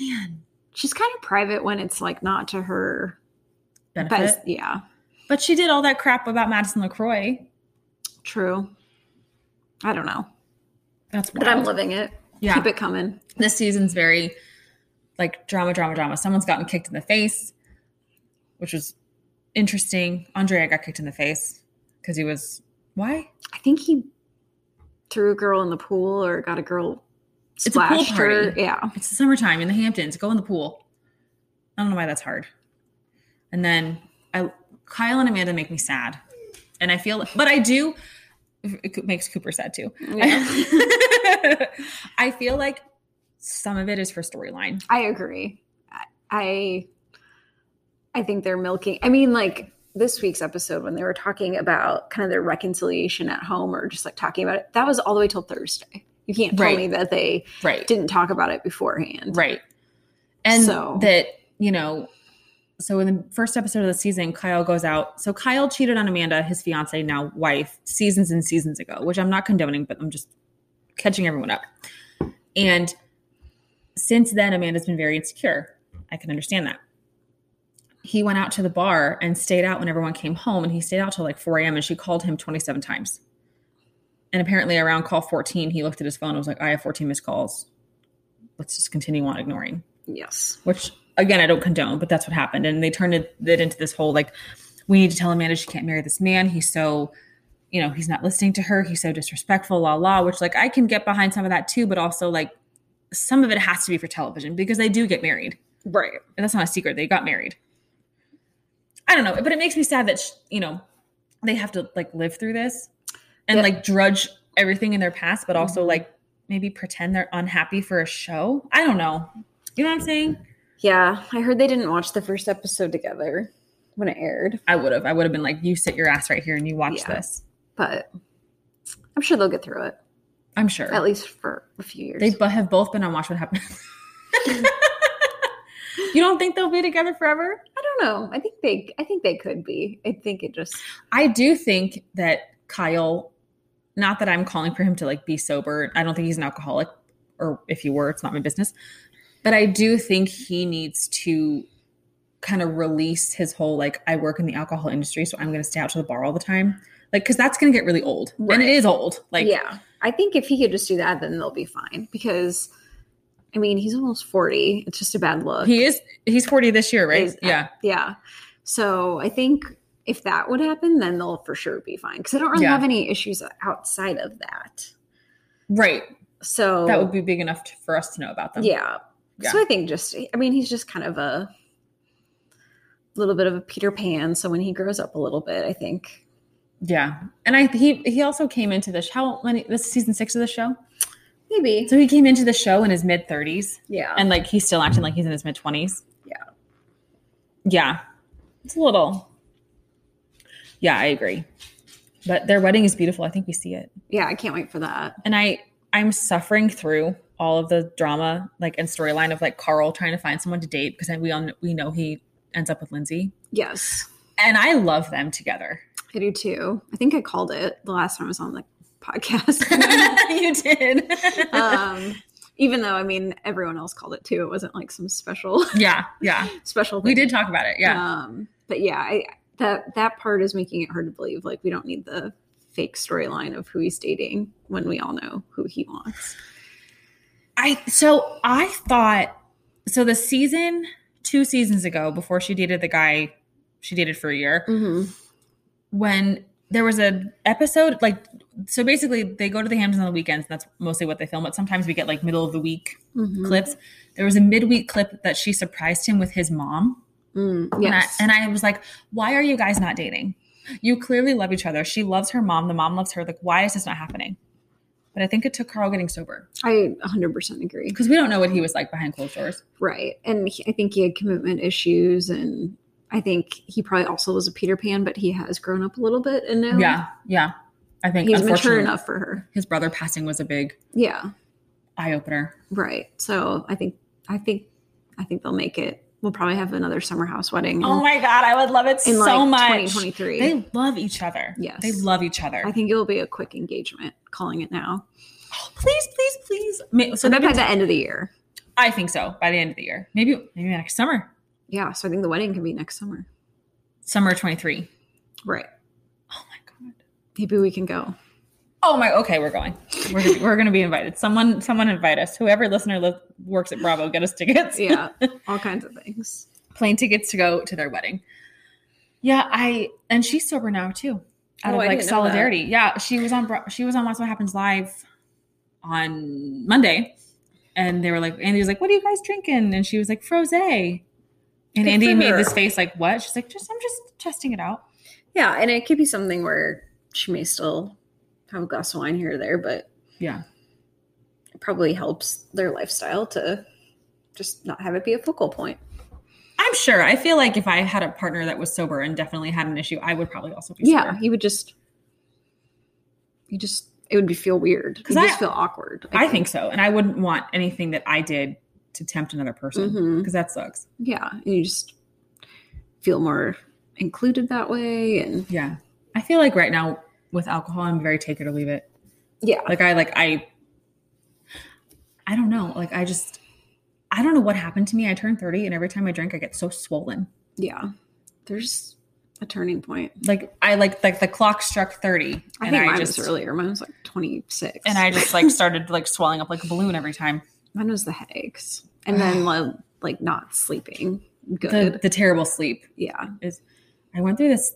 Speaker 1: man.
Speaker 2: She's kind of private when it's like not to her
Speaker 1: Benefit.
Speaker 2: best. Yeah,
Speaker 1: but she did all that crap about Madison Lacroix.
Speaker 2: true. I don't know,
Speaker 1: That's
Speaker 2: but I'm
Speaker 1: wild.
Speaker 2: living it.
Speaker 1: yeah.
Speaker 2: Keep it coming.
Speaker 1: this season's very like drama, drama, drama. Someone's gotten kicked in the face, which was interesting. Andrea got kicked in the face because he was why?
Speaker 2: I think he threw a girl in the pool or got a girl
Speaker 1: a pool
Speaker 2: splashed her.
Speaker 1: party. <laughs>
Speaker 2: Yeah,
Speaker 1: It's the summertime in the Hamptons. Go in the pool. I don't know why that's hard. And then I, Kyle and Amanda make me sad, and I feel, but I do. It makes Cooper sad too. <laughs> I feel like some of it is for storyline.
Speaker 2: I agree. I- I I think they're milking. I mean, like this week's episode when they were talking about kind of their reconciliation at home or just like talking about it, that was all the way till Thursday. You can't tell
Speaker 1: Right.
Speaker 2: me that they
Speaker 1: Right.
Speaker 2: didn't talk about it beforehand.
Speaker 1: Right. And
Speaker 2: So-
Speaker 1: that, you know, so in the first episode of the season, Kyle goes out. So Kyle cheated on Amanda, his fiance, now wife, seasons and seasons ago, which I'm not condoning, but I'm just catching everyone up. And since then, Amanda's been very insecure. I can understand that. He went out to the bar and stayed out when everyone came home, and he stayed out till like 4 a.m. and she called him 27 times. And apparently, around call 14, he looked at his phone and was like, I have 14 missed calls. Let's just continue on ignoring
Speaker 2: Yes.
Speaker 1: which again I don't condone, but that's what happened. And they turned it, it into this whole like, we need to tell Amanda she can't marry this man. He's so, you know, he's not listening to her. He's so disrespectful, la la. Which like I can get behind some of that too, but also like some of it has to be for television because they do get married.
Speaker 2: Right.
Speaker 1: And that's not a secret. They got married. I don't know, but it makes me sad that sh you know they have to like live through this and
Speaker 2: Yeah.
Speaker 1: like drudge everything in their past, but also like maybe pretend they're unhappy for a show. I don't know. You know what I'm saying?
Speaker 2: Yeah. I heard they didn't watch the first episode together when it aired,
Speaker 1: I would have. I would have been like, you sit your ass right here and you watch
Speaker 2: Yeah.
Speaker 1: this.
Speaker 2: but I'm sure they'll get through it,
Speaker 1: I'm sure.
Speaker 2: at least for a few years.
Speaker 1: they bu- have both been on Watch What Happened. <laughs> you don't think they'll be together forever?
Speaker 2: I don't know. I think they I think they could be. I think it just
Speaker 1: I do think that Kyle, not that I'm calling for him to like be sober. I don't think he's an alcoholic, or if he were, it's not my business. But I do think he needs to kind of release his whole like, I work in the alcohol industry, so I'm going to stay out to the bar all the time. Like, because that's going to get really old, and
Speaker 2: Right.
Speaker 1: it is old. Like,
Speaker 2: yeah i think if he could just do that then they'll be fine because i mean he's almost 40 it's just a bad look
Speaker 1: he is. He's 40 this year, right?
Speaker 2: Is-
Speaker 1: yeah.
Speaker 2: yeah so i think if that would happen then they'll for sure be fine because i don't really
Speaker 1: Yeah.
Speaker 2: have any issues outside of that
Speaker 1: Right.
Speaker 2: so
Speaker 1: That would be big enough to, for us to know about them.
Speaker 2: yeah.
Speaker 1: Yeah.
Speaker 2: so i think just i mean he's just kind of a little bit of a peter pan so when he grows up a little bit i think
Speaker 1: Yeah. And I he he also came into the show many this is season six of the show.
Speaker 2: maybe
Speaker 1: So he came into the show in his mid thirties
Speaker 2: yeah
Speaker 1: and like he's still acting like he's in his mid twenties.
Speaker 2: Yeah.
Speaker 1: Yeah. It's a little Yeah, I agree. But their wedding is beautiful. I think we see it.
Speaker 2: yeah i can't wait for that
Speaker 1: And I I'm suffering through all of the drama like and storyline of like Carl trying to find someone to date because we all we know he ends up with Lindsay.
Speaker 2: yes
Speaker 1: And I love them together. <laughs>
Speaker 2: I do too. I think I called it the last time I was on the
Speaker 1: <laughs>
Speaker 2: podcast.
Speaker 1: you did.
Speaker 2: um, even though I mean everyone else called it too. It wasn't like some special <laughs>
Speaker 1: yeah, yeah.
Speaker 2: special thing.
Speaker 1: We did talk about it. Yeah.
Speaker 2: Um, but yeah, I that that part is making it hard to believe. Like we don't need the fake storyline of who he's dating when we all know who he wants.
Speaker 1: I so I thought so the season two seasons ago before she dated the guy she dated for a year
Speaker 2: Mm-hmm.
Speaker 1: when there was an episode like so basically they go to the Hamptons on the weekends and that's mostly what they film but sometimes we get like middle of the week
Speaker 2: Mm-hmm.
Speaker 1: clips there was a midweek clip that she surprised him with his mom
Speaker 2: Mm, yes.
Speaker 1: And I, and I was like, why are you guys not dating? You clearly love each other. She loves her mom. The mom loves her. Like, why is this not happening? But I think it took Carl getting sober
Speaker 2: I 100% agree.
Speaker 1: because we don't know what he was like behind closed doors.
Speaker 2: Right. And he, I think he had commitment issues and I think he probably also was a Peter Pan, but he has grown up a little bit and now
Speaker 1: Yeah. Yeah. I think
Speaker 2: he's mature
Speaker 1: unfortunately,
Speaker 2: enough for her.
Speaker 1: His brother passing was a big
Speaker 2: Yeah,
Speaker 1: eye opener.
Speaker 2: right. So I think I think I think they'll make it. We'll probably have another summer house wedding. in-
Speaker 1: Oh my God. I would love it
Speaker 2: in
Speaker 1: so
Speaker 2: like
Speaker 1: much.
Speaker 2: 2023.
Speaker 1: They love each other.
Speaker 2: Yes.
Speaker 1: They love each other.
Speaker 2: I think it will be a quick engagement. Calling it now.
Speaker 1: Oh, please, please, please. Ma- So
Speaker 2: So
Speaker 1: they
Speaker 2: by
Speaker 1: can,
Speaker 2: the end of the year.
Speaker 1: I think so by the end of the year. Maybe, maybe next summer,
Speaker 2: Yeah. So I think the wedding can be next summer.
Speaker 1: summer 23.
Speaker 2: Right.
Speaker 1: Oh my God.
Speaker 2: Maybe we can go.
Speaker 1: Oh my! Okay, we're going. We're gonna, we're gonna be invited. Someone, someone invite us. Whoever listener live, works at Bravo, get us tickets.
Speaker 2: Yeah. all kinds of things.
Speaker 1: <laughs> plane tickets to go to their wedding. Yeah, I and she's sober now too, out
Speaker 4: Oh, I
Speaker 1: of like
Speaker 4: didn't know that.
Speaker 1: solidarity. Yeah, she was on Bra- she was on Watch What Happens Live on Monday, and they were like, Andy's like, "What are you guys drinking?" And she was like, "Froze." And
Speaker 4: for
Speaker 1: Andy made
Speaker 4: her.
Speaker 1: this face like, "What?" She's like, "Just I'm just testing it out."
Speaker 2: Yeah, and it could be something where she may still have a glass of wine here or there, but
Speaker 1: Yeah,
Speaker 2: it probably helps their lifestyle to just not have it be a focal point.
Speaker 1: I'm sure. I feel like if I had a partner that was sober and definitely had an issue, I would probably also be sober.
Speaker 2: Yeah, you would just, you just, it would be feel weird.
Speaker 1: 'Cause
Speaker 2: You just
Speaker 1: I-
Speaker 2: feel awkward.
Speaker 1: I think so. And I wouldn't want anything that I did to tempt another person because
Speaker 2: Mhm.
Speaker 1: that sucks.
Speaker 2: Yeah, and you just feel more included that way, and
Speaker 1: Yeah. I feel like right now with alcohol, I'm very take it or leave it.
Speaker 2: yeah,
Speaker 1: Like I like I I don't know. Like I just I don't know what happened to me. I turned 30 and every time I drink I get so swollen.
Speaker 2: yeah. There's a turning point.
Speaker 1: Like I like like the clock struck thirty,
Speaker 2: I
Speaker 1: and
Speaker 2: think
Speaker 1: I
Speaker 2: mine
Speaker 1: just
Speaker 2: was earlier. Mine was like 26.
Speaker 1: and I just like started like swelling up like a balloon every
Speaker 2: <laughs>
Speaker 1: time.
Speaker 2: mine was the headaches, and then like, like not sleeping good.
Speaker 1: The the terrible sleep.
Speaker 2: yeah,
Speaker 1: I went through this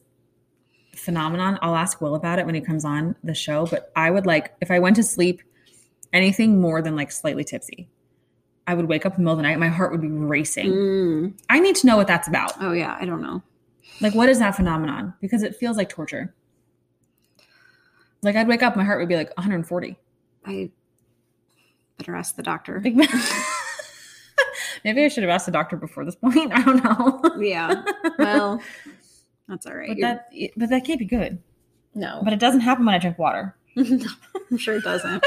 Speaker 1: phenomenon. I'll ask Will about it when he comes on the show, but I would like if I went to sleep anything more than like slightly tipsy, I would wake up in the middle of the night, my heart would be racing.
Speaker 2: Mm.
Speaker 1: I need to know what that's about.
Speaker 2: oh yeah, I don't know.
Speaker 1: Like what is that phenomenon? Because it feels like torture. Like I'd wake up, my heart would be like 140.
Speaker 2: I better ask the doctor.
Speaker 1: Like, <laughs> maybe I should have asked the doctor before this point. <laughs> I don't know. <laughs>
Speaker 2: yeah, well, that's all right.
Speaker 1: But
Speaker 2: You're-
Speaker 1: that but that can't be good.
Speaker 4: No.
Speaker 1: But it doesn't happen when I drink water.
Speaker 2: <laughs> I'm sure
Speaker 1: <laughs>
Speaker 2: it doesn't.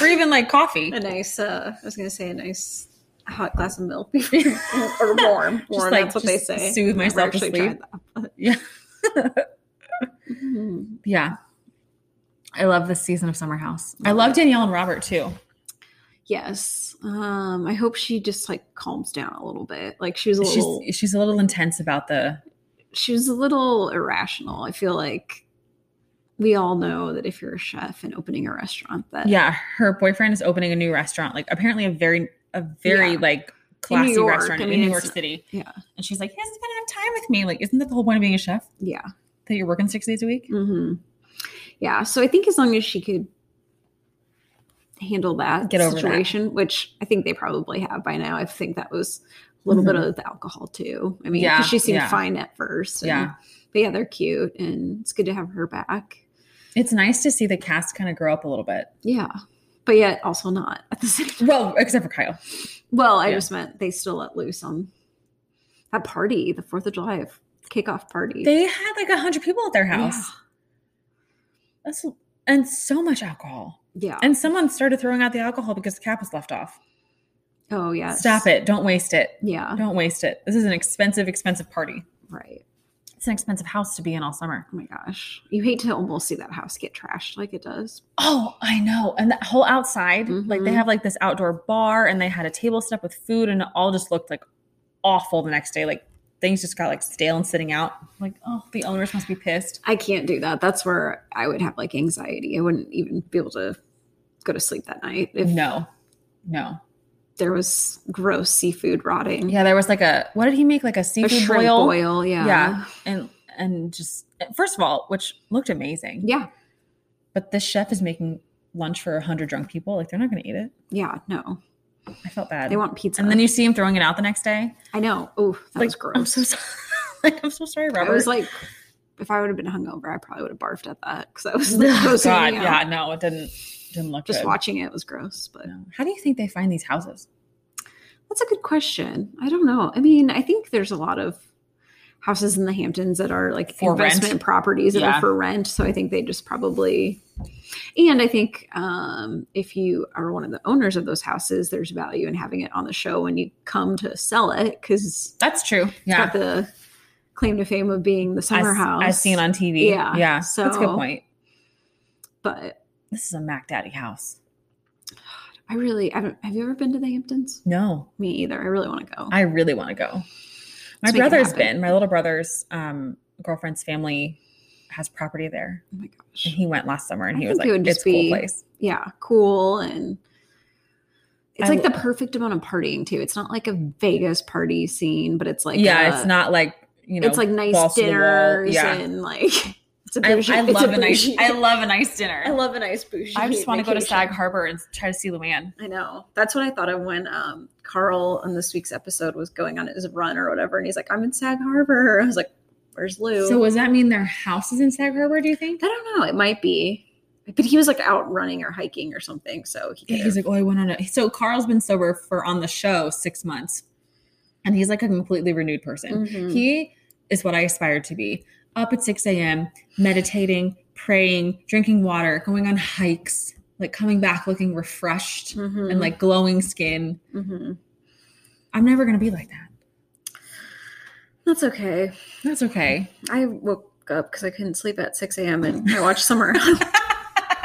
Speaker 1: Or even like coffee.
Speaker 2: a nice, uh, I was gonna say a nice hot glass of
Speaker 1: <laughs>
Speaker 2: milk before- or warm. warm
Speaker 1: Just like
Speaker 2: that's what they
Speaker 1: just
Speaker 2: say.
Speaker 1: soothe
Speaker 2: Never
Speaker 1: myself to
Speaker 2: actually
Speaker 1: sleep.
Speaker 2: tried that, but-
Speaker 1: Yeah.
Speaker 2: <laughs> Mm.
Speaker 1: Yeah. I love this season of Summer House. I love Danielle and Robert too.
Speaker 2: Yes. Um, I hope she just like calms down a little bit. Like she was a
Speaker 1: She's
Speaker 2: little
Speaker 1: she's a little intense about the
Speaker 2: she was a little irrational. I feel like we all know that if you're a chef and opening a restaurant, that
Speaker 1: yeah. Her boyfriend is opening a new restaurant, like apparently a very a very
Speaker 2: Yeah.
Speaker 1: like classy
Speaker 2: York.
Speaker 1: restaurant
Speaker 2: I
Speaker 1: in
Speaker 2: mean,
Speaker 1: New York
Speaker 2: it's-
Speaker 1: City.
Speaker 2: yeah.
Speaker 1: and she's like, he hasn't spent enough time with me. Like, isn't that the whole point of being a chef?
Speaker 2: yeah,
Speaker 1: That you're working six days a week.
Speaker 2: hmm yeah. So I think as long as she could handle that
Speaker 1: Get over that.
Speaker 2: situation, which I think they probably have by now. I think that was a little bit of the alcohol too. I mean, 'cause
Speaker 1: Mm-hmm. Yeah,
Speaker 2: she seemed
Speaker 1: yeah.
Speaker 2: fine at first. and-
Speaker 1: Yeah.
Speaker 2: but yeah, they're cute, and it's good to have her back.
Speaker 1: It's nice to see the cast kind of grow up a little bit.
Speaker 2: Yeah, but yet also not at the same.
Speaker 1: Well, except for Kyle.
Speaker 2: Well, I
Speaker 1: Yeah.
Speaker 2: just meant they still let loose on that party, the Fourth of July kickoff party.
Speaker 1: They had like a hundred people at their house.
Speaker 2: Yeah.
Speaker 1: That's and so much alcohol.
Speaker 2: yeah.
Speaker 1: And someone started throwing out the alcohol because the cap was left off.
Speaker 2: oh yes.
Speaker 1: Stop it. Don't waste it.
Speaker 2: Yeah.
Speaker 1: Don't waste it. This is an expensive, expensive party.
Speaker 2: Right.
Speaker 1: It's an expensive house to be in all summer.
Speaker 2: Oh my gosh. You hate to almost see that house get trashed like it does.
Speaker 1: Oh, I know. And that whole outside, like they
Speaker 2: Mhm.
Speaker 1: have like this outdoor bar and they had a table set up with food and it all just looked like awful the next day. Like things just got like stale and sitting out. Like, oh, the owners must be pissed.
Speaker 2: I can't do that. That's where I would have like anxiety. I wouldn't even be able to go to sleep that night if
Speaker 1: No, no.
Speaker 2: there was gross seafood rotting.
Speaker 1: Yeah, there was like a, what did he make? Like a
Speaker 2: A
Speaker 1: seafood
Speaker 2: shrimp boil.
Speaker 1: boil?
Speaker 2: yeah.
Speaker 1: Yeah. And, and just, first of all, which looked amazing.
Speaker 2: Yeah.
Speaker 1: But this chef is making lunch for 100 drunk people. Like they're not going to eat it.
Speaker 2: Yeah. No.
Speaker 1: I felt bad.
Speaker 2: They want pizza.
Speaker 1: and then you see him throwing it out the next day.
Speaker 2: I know. Oh, that
Speaker 1: like,
Speaker 2: was gross.
Speaker 1: I'm so sorry. like, I'm so <laughs> sorry, Robert.
Speaker 2: I was like, if I would have been hungover, I probably would have barfed at that because
Speaker 1: <laughs>
Speaker 2: I was like,
Speaker 1: oh,
Speaker 2: grossing
Speaker 1: God,
Speaker 2: me out.
Speaker 1: yeah, no, it didn't didn't look
Speaker 2: Just
Speaker 1: good.
Speaker 2: watching it was gross, but
Speaker 1: No. How do you think they find these houses?
Speaker 2: that's a good question. I don't know. I mean, I think there's a lot of houses in the Hamptons that are like
Speaker 1: For rent.
Speaker 2: investment properties that
Speaker 1: Yeah.
Speaker 2: are for rent. So I think they just probably, and I think um, if you are one of the owners of those houses, there's value in having it on the show when you come to sell it because
Speaker 1: That's true.
Speaker 2: it's
Speaker 1: Yeah,
Speaker 2: got the claim to fame of being the
Speaker 1: I,
Speaker 2: summer house.
Speaker 1: have seen on TV.
Speaker 2: Yeah,
Speaker 1: yeah, that's a good
Speaker 2: so-
Speaker 1: point.
Speaker 2: but
Speaker 1: This is a Mac Daddy house.
Speaker 2: I really I haven't. Have you ever been to the Hamptons?
Speaker 1: No,
Speaker 2: Me either. I really want to go.
Speaker 1: I really want to go. My
Speaker 2: Let's make it
Speaker 1: brother's
Speaker 2: happen.
Speaker 1: been. My little brother's um, girlfriend's family has property there,
Speaker 2: oh my
Speaker 1: and
Speaker 2: gosh.
Speaker 1: he went last summer, and
Speaker 2: I
Speaker 1: he was
Speaker 2: think
Speaker 1: like,
Speaker 2: it would just
Speaker 1: "It's a cool
Speaker 2: be-
Speaker 1: place."
Speaker 2: Yeah, cool and it's
Speaker 1: I
Speaker 2: like the perfect amount of partying too. It's not like a Vegas party scene, but it's like
Speaker 1: yeah,
Speaker 2: a-
Speaker 1: it's not like you know,
Speaker 2: it's like nice
Speaker 1: balls to the wall.
Speaker 2: dinners
Speaker 1: Yeah.
Speaker 2: and like <laughs> it's a
Speaker 1: I,
Speaker 2: bougie,
Speaker 1: I
Speaker 2: it's
Speaker 1: love a nice.
Speaker 2: <laughs> bougie-
Speaker 1: I love a nice dinner.
Speaker 2: I love a nice bougie.
Speaker 1: I just want to go to
Speaker 2: vacation.
Speaker 1: Sag Harbor and try to see Luann.
Speaker 2: I know. That's what I thought of when um, Carl on this week's episode was going on his run or whatever, and he's like, "I'm in Sag Harbor." <laughs> I was like, "Where's Lou?"
Speaker 1: So does that mean their house is in Sag Harbor? Do you think?
Speaker 2: I don't know. It might be, but he was like out running or hiking or something. So he could
Speaker 1: Yeah, he's
Speaker 2: have-
Speaker 1: like, oh, I went on a. So Carl's been sober for on the show six months, and he's like a completely renewed person.
Speaker 2: Mhm.
Speaker 1: He is what I aspired to be: up at six a.m., meditating, praying, drinking water, going on hikes, like coming back looking refreshed
Speaker 2: Mhm.
Speaker 1: and like glowing skin.
Speaker 2: Mhm.
Speaker 1: I'm never gonna be like that.
Speaker 2: that's okay.
Speaker 1: That's okay.
Speaker 2: I woke up because I couldn't sleep at six a.m. and I watched Summer.
Speaker 1: <laughs>
Speaker 2: <laughs>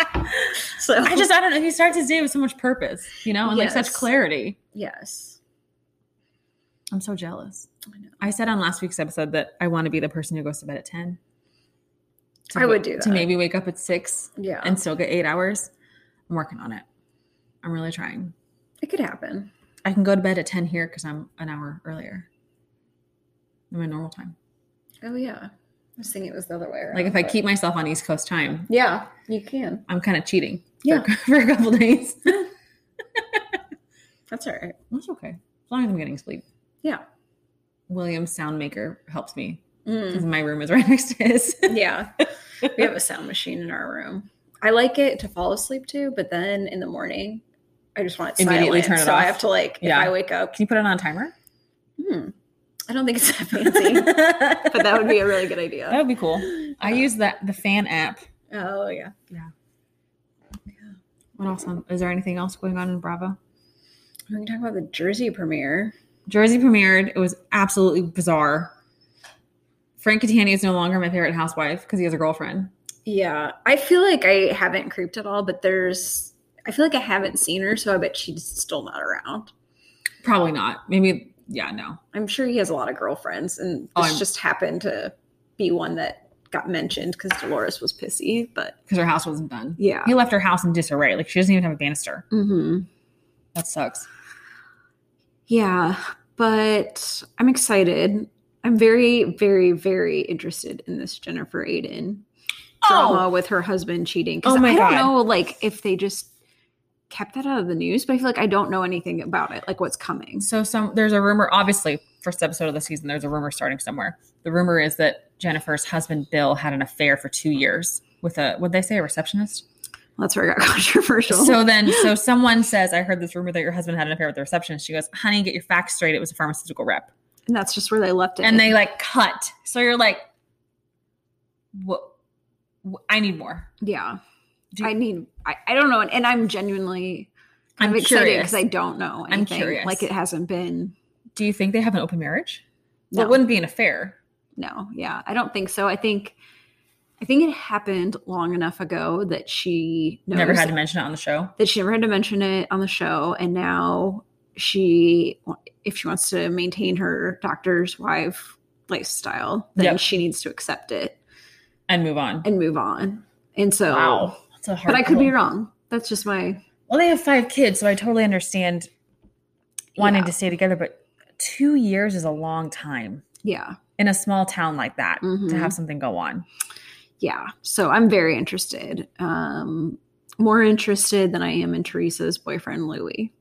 Speaker 2: House. so
Speaker 1: I just I don't know. He starts his day with so much purpose, you know, and like such
Speaker 2: Yes.
Speaker 1: clarity.
Speaker 2: yes,
Speaker 1: I'm so jealous.
Speaker 4: I know.
Speaker 1: I said on last week's episode that I want to be the person who goes to bed at 10. To
Speaker 2: I would
Speaker 1: go-
Speaker 2: do
Speaker 1: To
Speaker 2: that.
Speaker 1: maybe wake up at 6
Speaker 4: Yeah.
Speaker 1: and still get eight hours. I'm working on it. I'm really trying.
Speaker 4: it could happen.
Speaker 1: I can go to bed at 10 here because I'm an hour earlier than my normal time.
Speaker 4: Oh yeah. I was thinking it was the other way around.
Speaker 1: Like if I
Speaker 4: but-
Speaker 1: keep myself on East Coast time,
Speaker 4: Yeah, you can.
Speaker 1: I'm kind of cheating.
Speaker 4: Yeah.
Speaker 1: <laughs> For, for a couple days.
Speaker 4: That's all right.
Speaker 1: That's okay. As long as I'm getting sleep.
Speaker 4: Yeah.
Speaker 1: Williams Soundmaker helps me
Speaker 4: Mm,
Speaker 1: because my room is right <laughs> next to his.
Speaker 4: yeah. we have a sound machine in our room. I like it to fall asleep to, but then in the morning, I just want it
Speaker 1: Immediately
Speaker 4: silent,
Speaker 1: turn it
Speaker 4: so I
Speaker 1: off.
Speaker 4: have to like
Speaker 1: Yeah.
Speaker 4: if I wake up.
Speaker 1: Can you put it on a timer?
Speaker 4: Hmm, I don't think it's that
Speaker 1: <laughs>
Speaker 4: fancy.
Speaker 2: But
Speaker 1: but
Speaker 2: that would be a really good idea.
Speaker 1: that would be cool. I use that the fan app.
Speaker 4: oh yeah.
Speaker 1: What else? On, is there anything else going on in Bravo?
Speaker 4: We can talk about the Jersey premiere.
Speaker 1: Jersey premiered. It was absolutely bizarre. Frank Catania is no longer my favorite housewife because he has a girlfriend.
Speaker 4: Yeah, I feel like I haven't creeped at all, but there's. I feel like I haven't seen her, so I bet she's still not around.
Speaker 1: Probably not. Maybe yeah, no.
Speaker 4: I'm sure he has a lot of girlfriends, and this
Speaker 1: Oh, I'm-
Speaker 4: just happened to be one that got mentioned because Dolores was pissy. But
Speaker 1: Because her house wasn't done.
Speaker 4: yeah,
Speaker 1: He left her house in disarray. Like she doesn't even have a banister.
Speaker 2: Mm-hmm.
Speaker 1: That sucks.
Speaker 2: Yeah, but I'm excited. I'm very, very, very interested in this Jennifer Aiden drama with her husband cheating. 'Cause
Speaker 1: Oh my
Speaker 2: I don't
Speaker 1: God.
Speaker 2: know, like if they just kept that out of the news, but I feel like I don't know anything about it, like what's coming.
Speaker 1: So some there's a rumor, obviously, first episode of the season, there's a rumor starting somewhere. The rumor is that Jennifer's husband Bill had an affair for two years with a what they say, a receptionist?
Speaker 2: That's where it got <laughs> controversial.
Speaker 1: So
Speaker 2: <laughs>
Speaker 1: then, so someone says, I heard this rumor that your husband had an affair with the receptionist. She goes, honey, get your facts straight. It was a pharmaceutical rep.
Speaker 2: and that's just where they left it.
Speaker 1: And they like cut. So you're like, what? I need more.
Speaker 2: yeah,
Speaker 1: Do-
Speaker 2: I need. I, I don't know, and, and I'm genuinely.
Speaker 1: I'm
Speaker 2: I'm, excited
Speaker 1: curious.
Speaker 2: because I don't know
Speaker 1: I'm
Speaker 2: anything.
Speaker 1: curious.
Speaker 2: Like it hasn't been.
Speaker 1: Do you think they have an open marriage? Well,
Speaker 2: No.
Speaker 1: it wouldn't be an affair.
Speaker 2: no yeah i don't think so i think i think it happened long enough ago that she knows
Speaker 1: Never had to mention it on the show.
Speaker 2: that she never had to mention it on the show and now she if she wants to maintain her doctor's wife lifestyle then
Speaker 1: Yep.
Speaker 2: she needs to accept it
Speaker 1: And move on.
Speaker 2: and move on and so
Speaker 1: That's a hard
Speaker 2: but i could be
Speaker 1: pull.
Speaker 2: wrong that's just my
Speaker 1: Well, they have five kids, so I totally understand wanting
Speaker 2: Yeah.
Speaker 1: to stay together, but two years is a long time
Speaker 2: yeah
Speaker 1: in a small town like that to
Speaker 2: Mhm.
Speaker 1: have something go on.
Speaker 2: yeah so i'm very interested um more interested than i am in teresa's boyfriend louie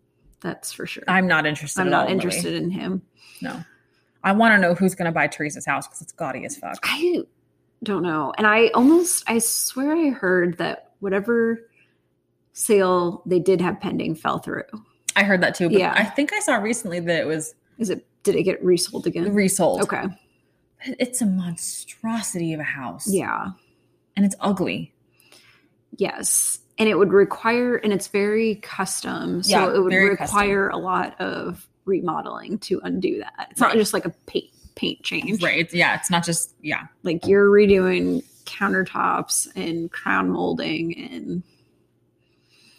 Speaker 2: that's for sure
Speaker 1: I'm not interested.
Speaker 2: I'm
Speaker 1: at all,
Speaker 2: not
Speaker 1: Lily.
Speaker 2: interested in him
Speaker 1: No. I want to know who's going to buy Teresa's house because it's gaudy as fuck.
Speaker 2: I don't know. And I almost, I swear I heard that whatever sale they did have pending fell through.
Speaker 1: I heard that too. But
Speaker 2: Yeah.
Speaker 1: I think I saw recently that it was
Speaker 2: Is it, did it get resold again?
Speaker 1: resold.
Speaker 2: okay.
Speaker 1: It's a monstrosity of a house.
Speaker 2: Yeah.
Speaker 1: And it's ugly.
Speaker 2: Yes. And it would require, and it's very custom. So
Speaker 1: Yeah,
Speaker 2: it would
Speaker 1: very
Speaker 2: require a lot of remodeling to undo that. It's not
Speaker 1: Right.
Speaker 2: just like a paint, paint change.
Speaker 1: Right. It's, yeah. It's not just, yeah.
Speaker 2: Like you're redoing countertops and crown molding and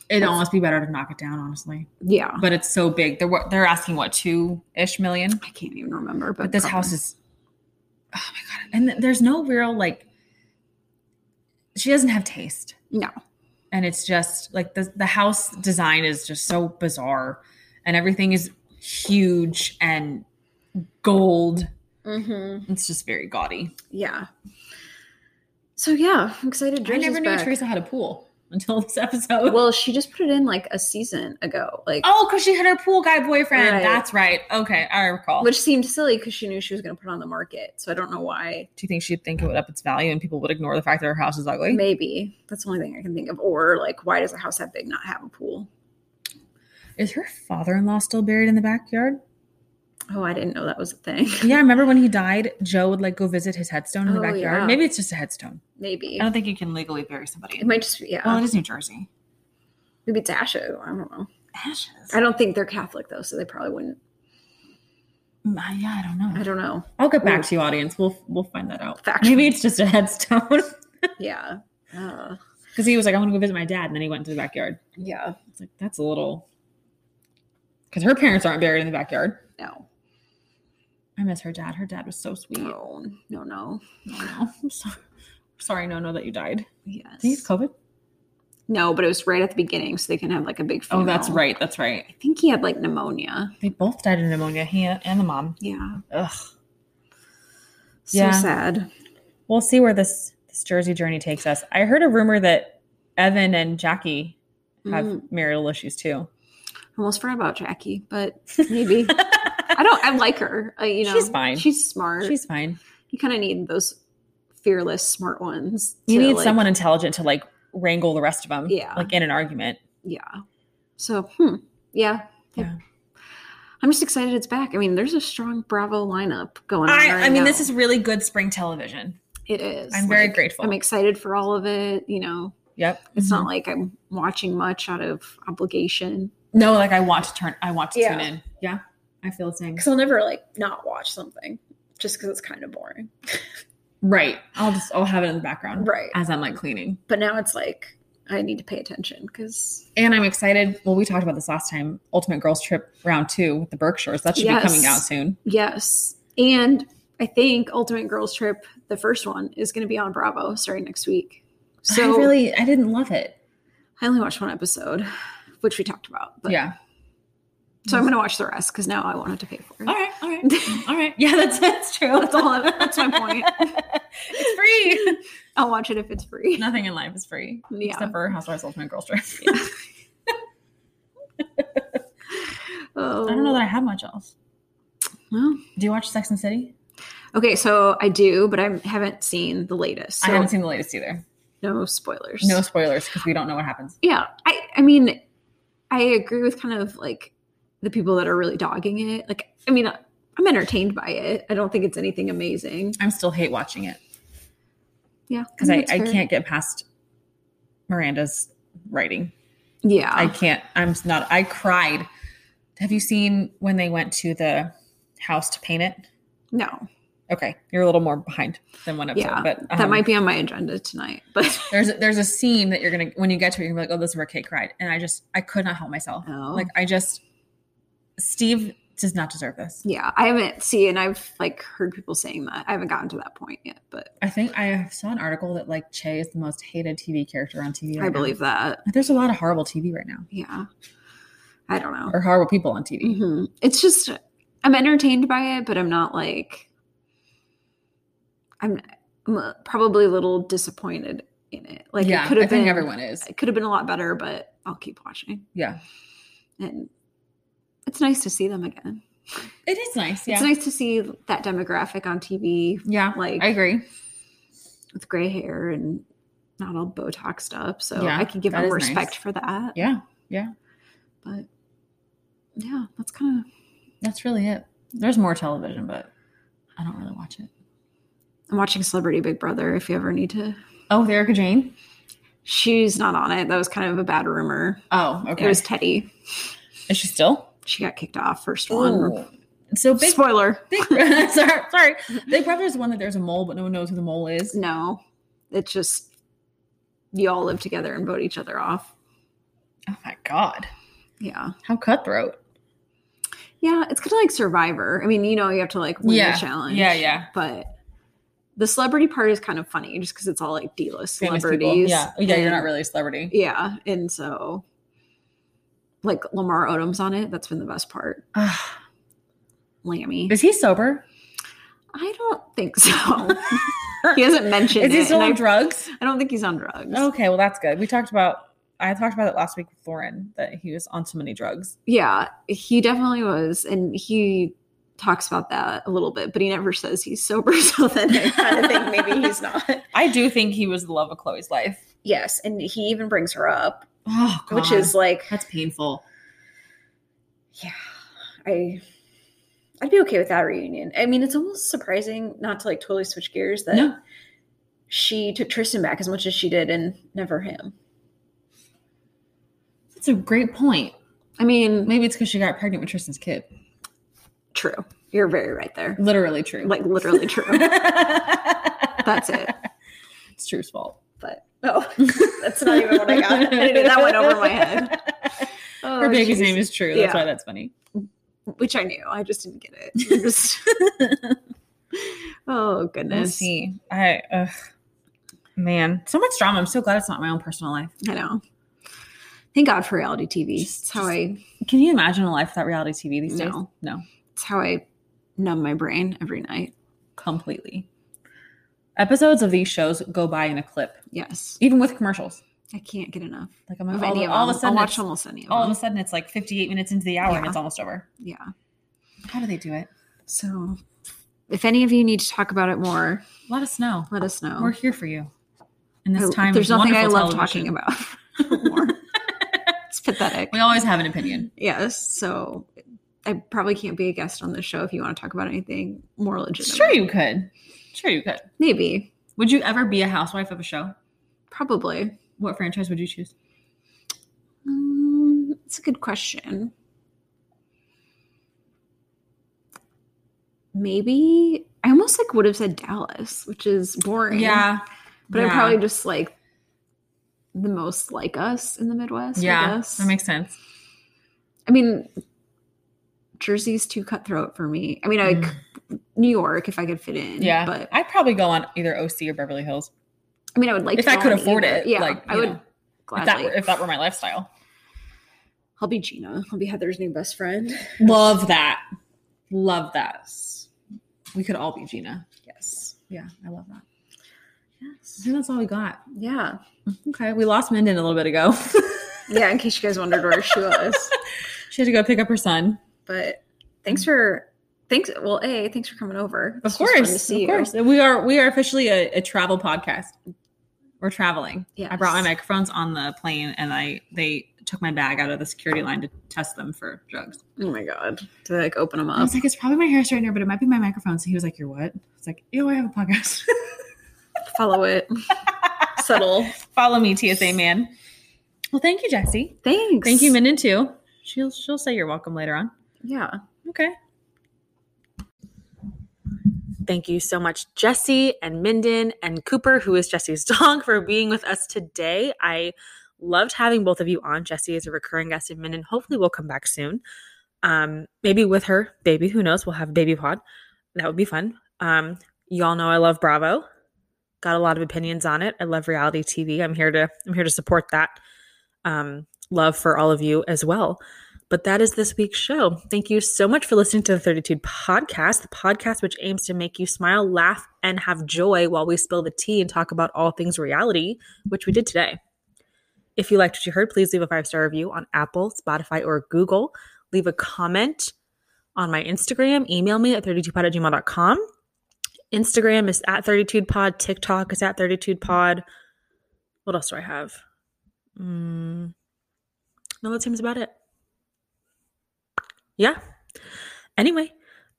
Speaker 1: It'd almost be better to knock it down, honestly.
Speaker 2: yeah.
Speaker 1: But it's so big. They're, wa- they're asking, what, two ish million?
Speaker 2: I can't even remember, but,
Speaker 1: but this
Speaker 2: probably.
Speaker 1: house is oh my god and th- there's no real like she doesn't have taste
Speaker 2: No.
Speaker 1: and it's just like the, the house design is just so bizarre and everything is huge and gold
Speaker 4: mm-hmm.
Speaker 1: it's just very gaudy
Speaker 4: yeah. So yeah, I'm excited. Jersey's
Speaker 1: i never knew
Speaker 4: back.
Speaker 1: teresa had a pool until this
Speaker 4: <laughs>
Speaker 1: episode
Speaker 4: Well, she just put it in like a season ago, like
Speaker 1: oh because she had her pool guy boyfriend
Speaker 4: Right.
Speaker 1: that's right okay i recall
Speaker 4: which seemed silly because she knew she was going to put it on the market. So I don't know why.
Speaker 1: do you think she'd think it would up its value and people would ignore the fact that her house is ugly
Speaker 4: Maybe that's the only thing I can think of. Or like, why does a house that big not have a pool?
Speaker 1: is her father-in-law still buried in the backyard
Speaker 4: Oh, I didn't know that was a thing. <laughs>
Speaker 1: Yeah, I remember when he died, Joe would like go visit his headstone in the
Speaker 4: Oh,
Speaker 1: backyard.
Speaker 4: yeah.
Speaker 1: Maybe it's just a headstone.
Speaker 4: Maybe
Speaker 1: I don't think you can legally bury somebody.
Speaker 4: it might just be yeah.
Speaker 1: well, it is New Jersey.
Speaker 4: Maybe it's Asha. though, I don't know.
Speaker 1: Ashes.
Speaker 4: I don't think they're Catholic though, so they probably wouldn't.
Speaker 1: My- yeah, Mm, I don't know.
Speaker 4: I don't
Speaker 1: <laughs>
Speaker 4: know.
Speaker 1: I'll get back to you, audience. We'll we'll find that out.
Speaker 4: Fact.
Speaker 1: Maybe it's just a headstone <laughs> because
Speaker 4: Yeah. Uh,
Speaker 1: he was like, "I want to go visit my dad," and then he went to the backyard.
Speaker 4: yeah.
Speaker 1: It's like that's a little because her parents aren't buried in the backyard.
Speaker 4: No.
Speaker 1: I miss her dad. Her dad was so sweet. <sighs>
Speaker 2: No, no, no.
Speaker 1: No, no. I'm so, sorry, no, no, that you died.
Speaker 2: Yes.
Speaker 1: Did he have COVID?
Speaker 2: No, but it was right at the beginning, so they can have like a big.
Speaker 1: Oh,
Speaker 2: Funeral.
Speaker 1: that's right. That's right.
Speaker 2: I think he had like pneumonia.
Speaker 1: They both died of pneumonia, he and the mom.
Speaker 2: Yeah.
Speaker 1: Ugh.
Speaker 2: So
Speaker 1: Yeah.
Speaker 2: sad.
Speaker 1: We'll see where this this Jersey journey takes us. I heard a rumor that Evan and Jackie have
Speaker 2: Mm,
Speaker 1: marital issues too.
Speaker 2: almost forgot about Jackie, but
Speaker 1: <laughs>
Speaker 2: maybe I don't. I like her. I, you know,
Speaker 1: She's fine.
Speaker 2: She's smart.
Speaker 1: She's fine.
Speaker 2: you kind of need those fearless, smart ones.
Speaker 1: You
Speaker 2: to,
Speaker 1: need
Speaker 2: like-
Speaker 1: someone intelligent to like wrangle the rest of them.
Speaker 2: Yeah.
Speaker 1: Like in an argument.
Speaker 2: Yeah. So, hmm. Yeah.
Speaker 1: Yeah.
Speaker 2: I'm just excited it's back. I mean, there's a strong Bravo lineup going on.
Speaker 1: I,
Speaker 2: right
Speaker 1: I mean,
Speaker 2: now.
Speaker 1: this is really good spring television.
Speaker 2: it is.
Speaker 1: I'm very
Speaker 2: Like,
Speaker 1: grateful.
Speaker 2: I'm excited for all of it. You know,
Speaker 1: yep. Mm-hmm.
Speaker 2: it's not like I'm watching much out of obligation.
Speaker 1: No, like I want to turn. I want to
Speaker 4: Yeah.
Speaker 1: tune in. Yeah. I feel the same.
Speaker 4: Because I'll never like not watch something just because it's kind of boring.
Speaker 1: Right. I'll just. I'll have it in the background.
Speaker 4: Right.
Speaker 1: As I'm like cleaning.
Speaker 4: But now it's like I need to pay attention because
Speaker 1: And I'm excited. Well, we talked about this last time. Ultimate Girls Trip Round Two with the Berkshires. That should be coming
Speaker 2: Yes.
Speaker 1: out soon.
Speaker 2: Yes. And I think Ultimate Girls Trip, the first one, is going to be on Bravo starting next week. So
Speaker 1: I really. I didn't love it.
Speaker 2: I only watched one episode, which we talked about. But,
Speaker 1: yeah.
Speaker 2: So I'm going to watch the rest because now I won't have to pay for
Speaker 1: All
Speaker 2: it.
Speaker 1: right. All
Speaker 2: <laughs>
Speaker 1: right. all right. Yeah. That's that's true.
Speaker 2: That's all. That's my point.
Speaker 1: <laughs> it's free.
Speaker 2: I'll watch it if it's free.
Speaker 1: Nothing in life is free.
Speaker 2: Yeah.
Speaker 1: Except for Housewives Ultimate Girls Trip. <laughs>
Speaker 2: Oh.
Speaker 1: I don't know that I have much else.
Speaker 2: Well,
Speaker 1: Do you watch Sex and the City?
Speaker 2: Oh. okay, so I do, but I haven't seen the latest. So
Speaker 1: I haven't seen the latest either.
Speaker 2: no spoilers.
Speaker 1: No spoilers because we don't know what happens.
Speaker 2: Yeah, I I mean, I agree with kind of like the people that are really dogging it. Like, I mean, I'm entertained by it. I don't think it's anything amazing.
Speaker 1: I'm still hate watching it
Speaker 2: Yeah,
Speaker 1: because I,
Speaker 2: think
Speaker 1: I
Speaker 2: that's fair.
Speaker 1: can't get past Miranda's writing.
Speaker 2: Yeah,
Speaker 1: I can't. I'm not. I cried. Have you seen when they went to the house to paint it?
Speaker 2: no,
Speaker 1: Okay, you're a little more behind than one episode,
Speaker 2: yeah,
Speaker 1: but
Speaker 2: that
Speaker 1: um,
Speaker 2: might be on my agenda tonight. <laughs> But
Speaker 1: <laughs> There's a, there's a scene that you're gonna when you get to it, you're gonna be like, oh, this is where Kate cried, and I just I could not help myself.
Speaker 2: Oh.
Speaker 1: Like I just Steve does not deserve this.
Speaker 2: yeah, I haven't seen. I've like heard people saying that. I haven't gotten to that point yet, but
Speaker 1: I think I saw an article that like Che is the most hated TV character on TV. Right
Speaker 2: I
Speaker 1: now.
Speaker 2: believe that.
Speaker 1: Like, there's a lot of horrible TV right now,
Speaker 2: Yeah, I don't know.
Speaker 1: or horrible people on TV.
Speaker 2: hmm It's just I'm entertained by it, but I'm not like I'm, I'm uh, probably a little disappointed in it. Like
Speaker 1: yeah,
Speaker 2: it could have
Speaker 1: I
Speaker 2: been
Speaker 1: think everyone is.
Speaker 2: It could have been a lot better, but I'll keep watching.
Speaker 1: Yeah,
Speaker 2: And it's nice to see them again.
Speaker 1: it is nice. Yeah,
Speaker 2: It's nice to see that demographic on TV
Speaker 1: yeah,
Speaker 2: like-
Speaker 1: I agree.
Speaker 2: with gray hair and not all Botoxed up. So
Speaker 1: Yeah,
Speaker 2: I can give
Speaker 1: that
Speaker 2: them
Speaker 1: is nice.
Speaker 2: respect for that.
Speaker 1: Yeah,
Speaker 2: But yeah, that's kind of.
Speaker 1: that's really it. There's more television, but I don't really watch it.
Speaker 2: I'm watching Celebrity Big Brother. If you ever need to
Speaker 1: Oh, with Erica Jane.
Speaker 2: She's not on it. That was kind of a bad rumor.
Speaker 1: Oh, okay.
Speaker 2: It was Teddy.
Speaker 1: is she still?
Speaker 2: She got kicked off first one.
Speaker 1: So big.
Speaker 2: Spoiler.
Speaker 1: Big <laughs> sorry, sorry. Big Brother is one that there's a mole, but no one knows who the mole is.
Speaker 2: No, it's just you all live together and vote each other off.
Speaker 1: Oh my god,
Speaker 2: Yeah,
Speaker 1: how cutthroat!
Speaker 2: yeah. It's kind of like Survivor. I mean, you know, you have to like win
Speaker 1: Yeah.
Speaker 2: the challenge.
Speaker 1: Yeah, yeah.
Speaker 2: But the celebrity part is kind of funny, just because it's all like D-list
Speaker 1: Famous people.
Speaker 2: celebrities.
Speaker 1: Yeah, yeah. You're not
Speaker 2: And-
Speaker 1: really a celebrity.
Speaker 2: Yeah, and so like Lamar Odom's on it. That's been the best part.
Speaker 1: Ugh.
Speaker 2: Lammy.
Speaker 1: <sighs> Is he sober?
Speaker 2: I don't
Speaker 1: <laughs>
Speaker 2: think so. he hasn't mentioned
Speaker 1: Is
Speaker 2: it.
Speaker 1: he still
Speaker 2: and
Speaker 1: on
Speaker 2: I-
Speaker 1: drugs?
Speaker 2: I don't think he's on drugs.
Speaker 1: Okay, well that's good. We talked about I talked about it last week with Lauren that he was on so many drugs.
Speaker 2: Yeah, he definitely was, and he talks about that a little bit, but he never says he's
Speaker 4: <laughs>
Speaker 2: sober. So then,
Speaker 4: I kind of think maybe
Speaker 1: <laughs>
Speaker 4: he's not.
Speaker 1: I do think he was the love of Chloe's life.
Speaker 4: Yes, and he even brings her up,
Speaker 1: Oh,
Speaker 4: which is like
Speaker 1: that's painful.
Speaker 4: yeah i i'd be okay with that reunion i mean it's almost surprising not to like totally switch gears that
Speaker 1: No.
Speaker 4: she took tristan back as much as she did and never him
Speaker 1: That's a great point.
Speaker 2: I mean,
Speaker 1: Maybe it's because she got pregnant with Tristan's kid.
Speaker 2: true. You're very right there.
Speaker 1: Literally true. <laughs>
Speaker 2: Like literally true.
Speaker 1: that's
Speaker 2: That's it.
Speaker 1: It's True's fault.
Speaker 4: but
Speaker 1: <laughs>
Speaker 4: oh that's not even what i got
Speaker 2: That went over my head.
Speaker 1: <laughs>
Speaker 2: Oh,
Speaker 1: Her baby's name is True. That's
Speaker 2: Yeah.
Speaker 1: why that's funny.
Speaker 2: which I knew. I just didn't get
Speaker 1: <laughs>
Speaker 2: it. I'm just- <laughs> oh
Speaker 1: We'll
Speaker 2: goodness.
Speaker 1: see. I ugh. man, so much drama. I'm so glad it's not my own personal life.
Speaker 2: I know. Thank God for reality TV. It's how I
Speaker 1: Can you imagine a life without reality TV these days?
Speaker 2: No.
Speaker 1: No,
Speaker 2: it's how I numb my brain every night.
Speaker 1: completely. Episodes of these shows go by in a clip,
Speaker 2: Yes.
Speaker 1: even with commercials.
Speaker 2: I can't get enough
Speaker 1: Like I'm
Speaker 2: of
Speaker 1: all,
Speaker 2: any of them.
Speaker 1: all of a sudden,
Speaker 2: I'll
Speaker 1: it's-
Speaker 2: watch almost any of
Speaker 1: all of
Speaker 2: them.
Speaker 1: a sudden it's like 58 minutes into the hour and
Speaker 2: Yeah.
Speaker 1: it's almost over.
Speaker 2: Yeah.
Speaker 1: How do they do it?
Speaker 2: So if any of you need to talk about it more,
Speaker 1: Let us know.
Speaker 2: let us know.
Speaker 1: We're here for you. In this
Speaker 2: I-
Speaker 1: time,
Speaker 2: Oh, there's
Speaker 1: of
Speaker 2: nothing I
Speaker 1: wonderful
Speaker 2: love
Speaker 1: television.
Speaker 2: talking
Speaker 1: <laughs>
Speaker 2: about <laughs> more. It's pathetic.
Speaker 1: We always have an opinion.
Speaker 2: Yes. So I probably can't be a guest on this show if you want to talk about anything more legitimate.
Speaker 1: Sure, you could. Sure, you could.
Speaker 2: Maybe.
Speaker 1: Would you ever be a housewife of a show?
Speaker 2: Probably.
Speaker 1: What franchise would you choose?
Speaker 2: Um, it's a good question. Maybe I almost like would have said Dallas, which is boring.
Speaker 1: Yeah,
Speaker 2: But I'm
Speaker 1: yeah.
Speaker 2: probably just like the most like us in the Midwest. I
Speaker 1: yeah.
Speaker 2: guess.
Speaker 1: That makes sense.
Speaker 2: I mean, Jersey's too cutthroat for me. I mean, like New York, if I could fit in.
Speaker 1: Mm. Yeah,
Speaker 2: but
Speaker 1: I'd probably go on either OC or Beverly Hills
Speaker 2: I mean, I would like
Speaker 1: if
Speaker 2: to
Speaker 1: I
Speaker 2: go
Speaker 1: could
Speaker 2: on
Speaker 1: afford
Speaker 2: either.
Speaker 1: it.
Speaker 2: Yeah,
Speaker 1: like
Speaker 2: I
Speaker 1: you
Speaker 2: would
Speaker 1: know, if that
Speaker 2: gladly.
Speaker 1: were if that were my lifestyle.
Speaker 2: I'll be Gina. I'll be Heather's new best friend.
Speaker 1: Love that. Love that. We could all be Gina.
Speaker 2: Yes.
Speaker 1: Yeah, I love that. I
Speaker 2: Yes.
Speaker 1: think that's all we got.
Speaker 2: Yeah.
Speaker 1: Okay, we lost Minden a little bit ago. <laughs>
Speaker 2: Yeah. In case you guys wondered where she was,
Speaker 1: she had to go pick up her son.
Speaker 2: but thanks for thanks. Well, a thanks for coming over.
Speaker 1: Of
Speaker 2: It's just fun to
Speaker 1: course,
Speaker 2: see
Speaker 1: of
Speaker 2: you.
Speaker 1: course. We are we are officially a, a travel podcast. We're traveling. I brought my
Speaker 2: Yes.
Speaker 1: microphones on the plane, and I they took my bag out of the security line to test them for drugs.
Speaker 2: Oh my god. To like open them
Speaker 1: I
Speaker 2: up.
Speaker 1: was like, it's probably my hair straightener, but it might be my microphone. So he was like, "You're what?" I was like, "Yo, I have a podcast. <laughs>
Speaker 2: Follow it. Settle.
Speaker 1: Follow me, TSA man." Well, thank you, Jesse.
Speaker 2: Thanks.
Speaker 1: Thank you, Minden too. She'll she'll say you're welcome later on.
Speaker 2: Yeah.
Speaker 1: Okay.
Speaker 5: Thank you so much, Jesse and Minden and Cooper, who is Jesse's <laughs> dog, for being with us today. I loved having both of you on. Jesse is a recurring guest, and Minden hopefully will come back soon. Um, maybe with her baby. Who knows? We'll have a baby pod. That would be fun. Um, y'all know I love Bravo. Got a lot of opinions on it. I love reality TV. I'm here to I'm here to support that um, love for all of you as well. But that is this week's show. Thank you so much for listening to the 32 podcast, the podcast which aims to make you smile, laugh, and have joy while we spill the tea and talk about all things reality, which we did today. If you liked what you heard, please leave a five star review on Apple, Spotify, or Google. Leave a comment on my Instagram. Email me at 32pod at gmail.com. Instagram is at 32pod. TikTok is at 32pod. What else do I have? Mm, no, that seems about it yeah anyway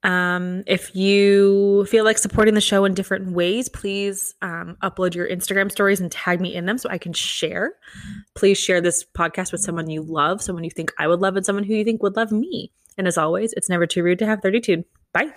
Speaker 5: um if you feel like supporting the show in different ways please um, upload your instagram stories and tag me in them so i can share please share this podcast with someone you love someone you think i would love and someone who you think would love me and as always it's never too rude to have 32 bye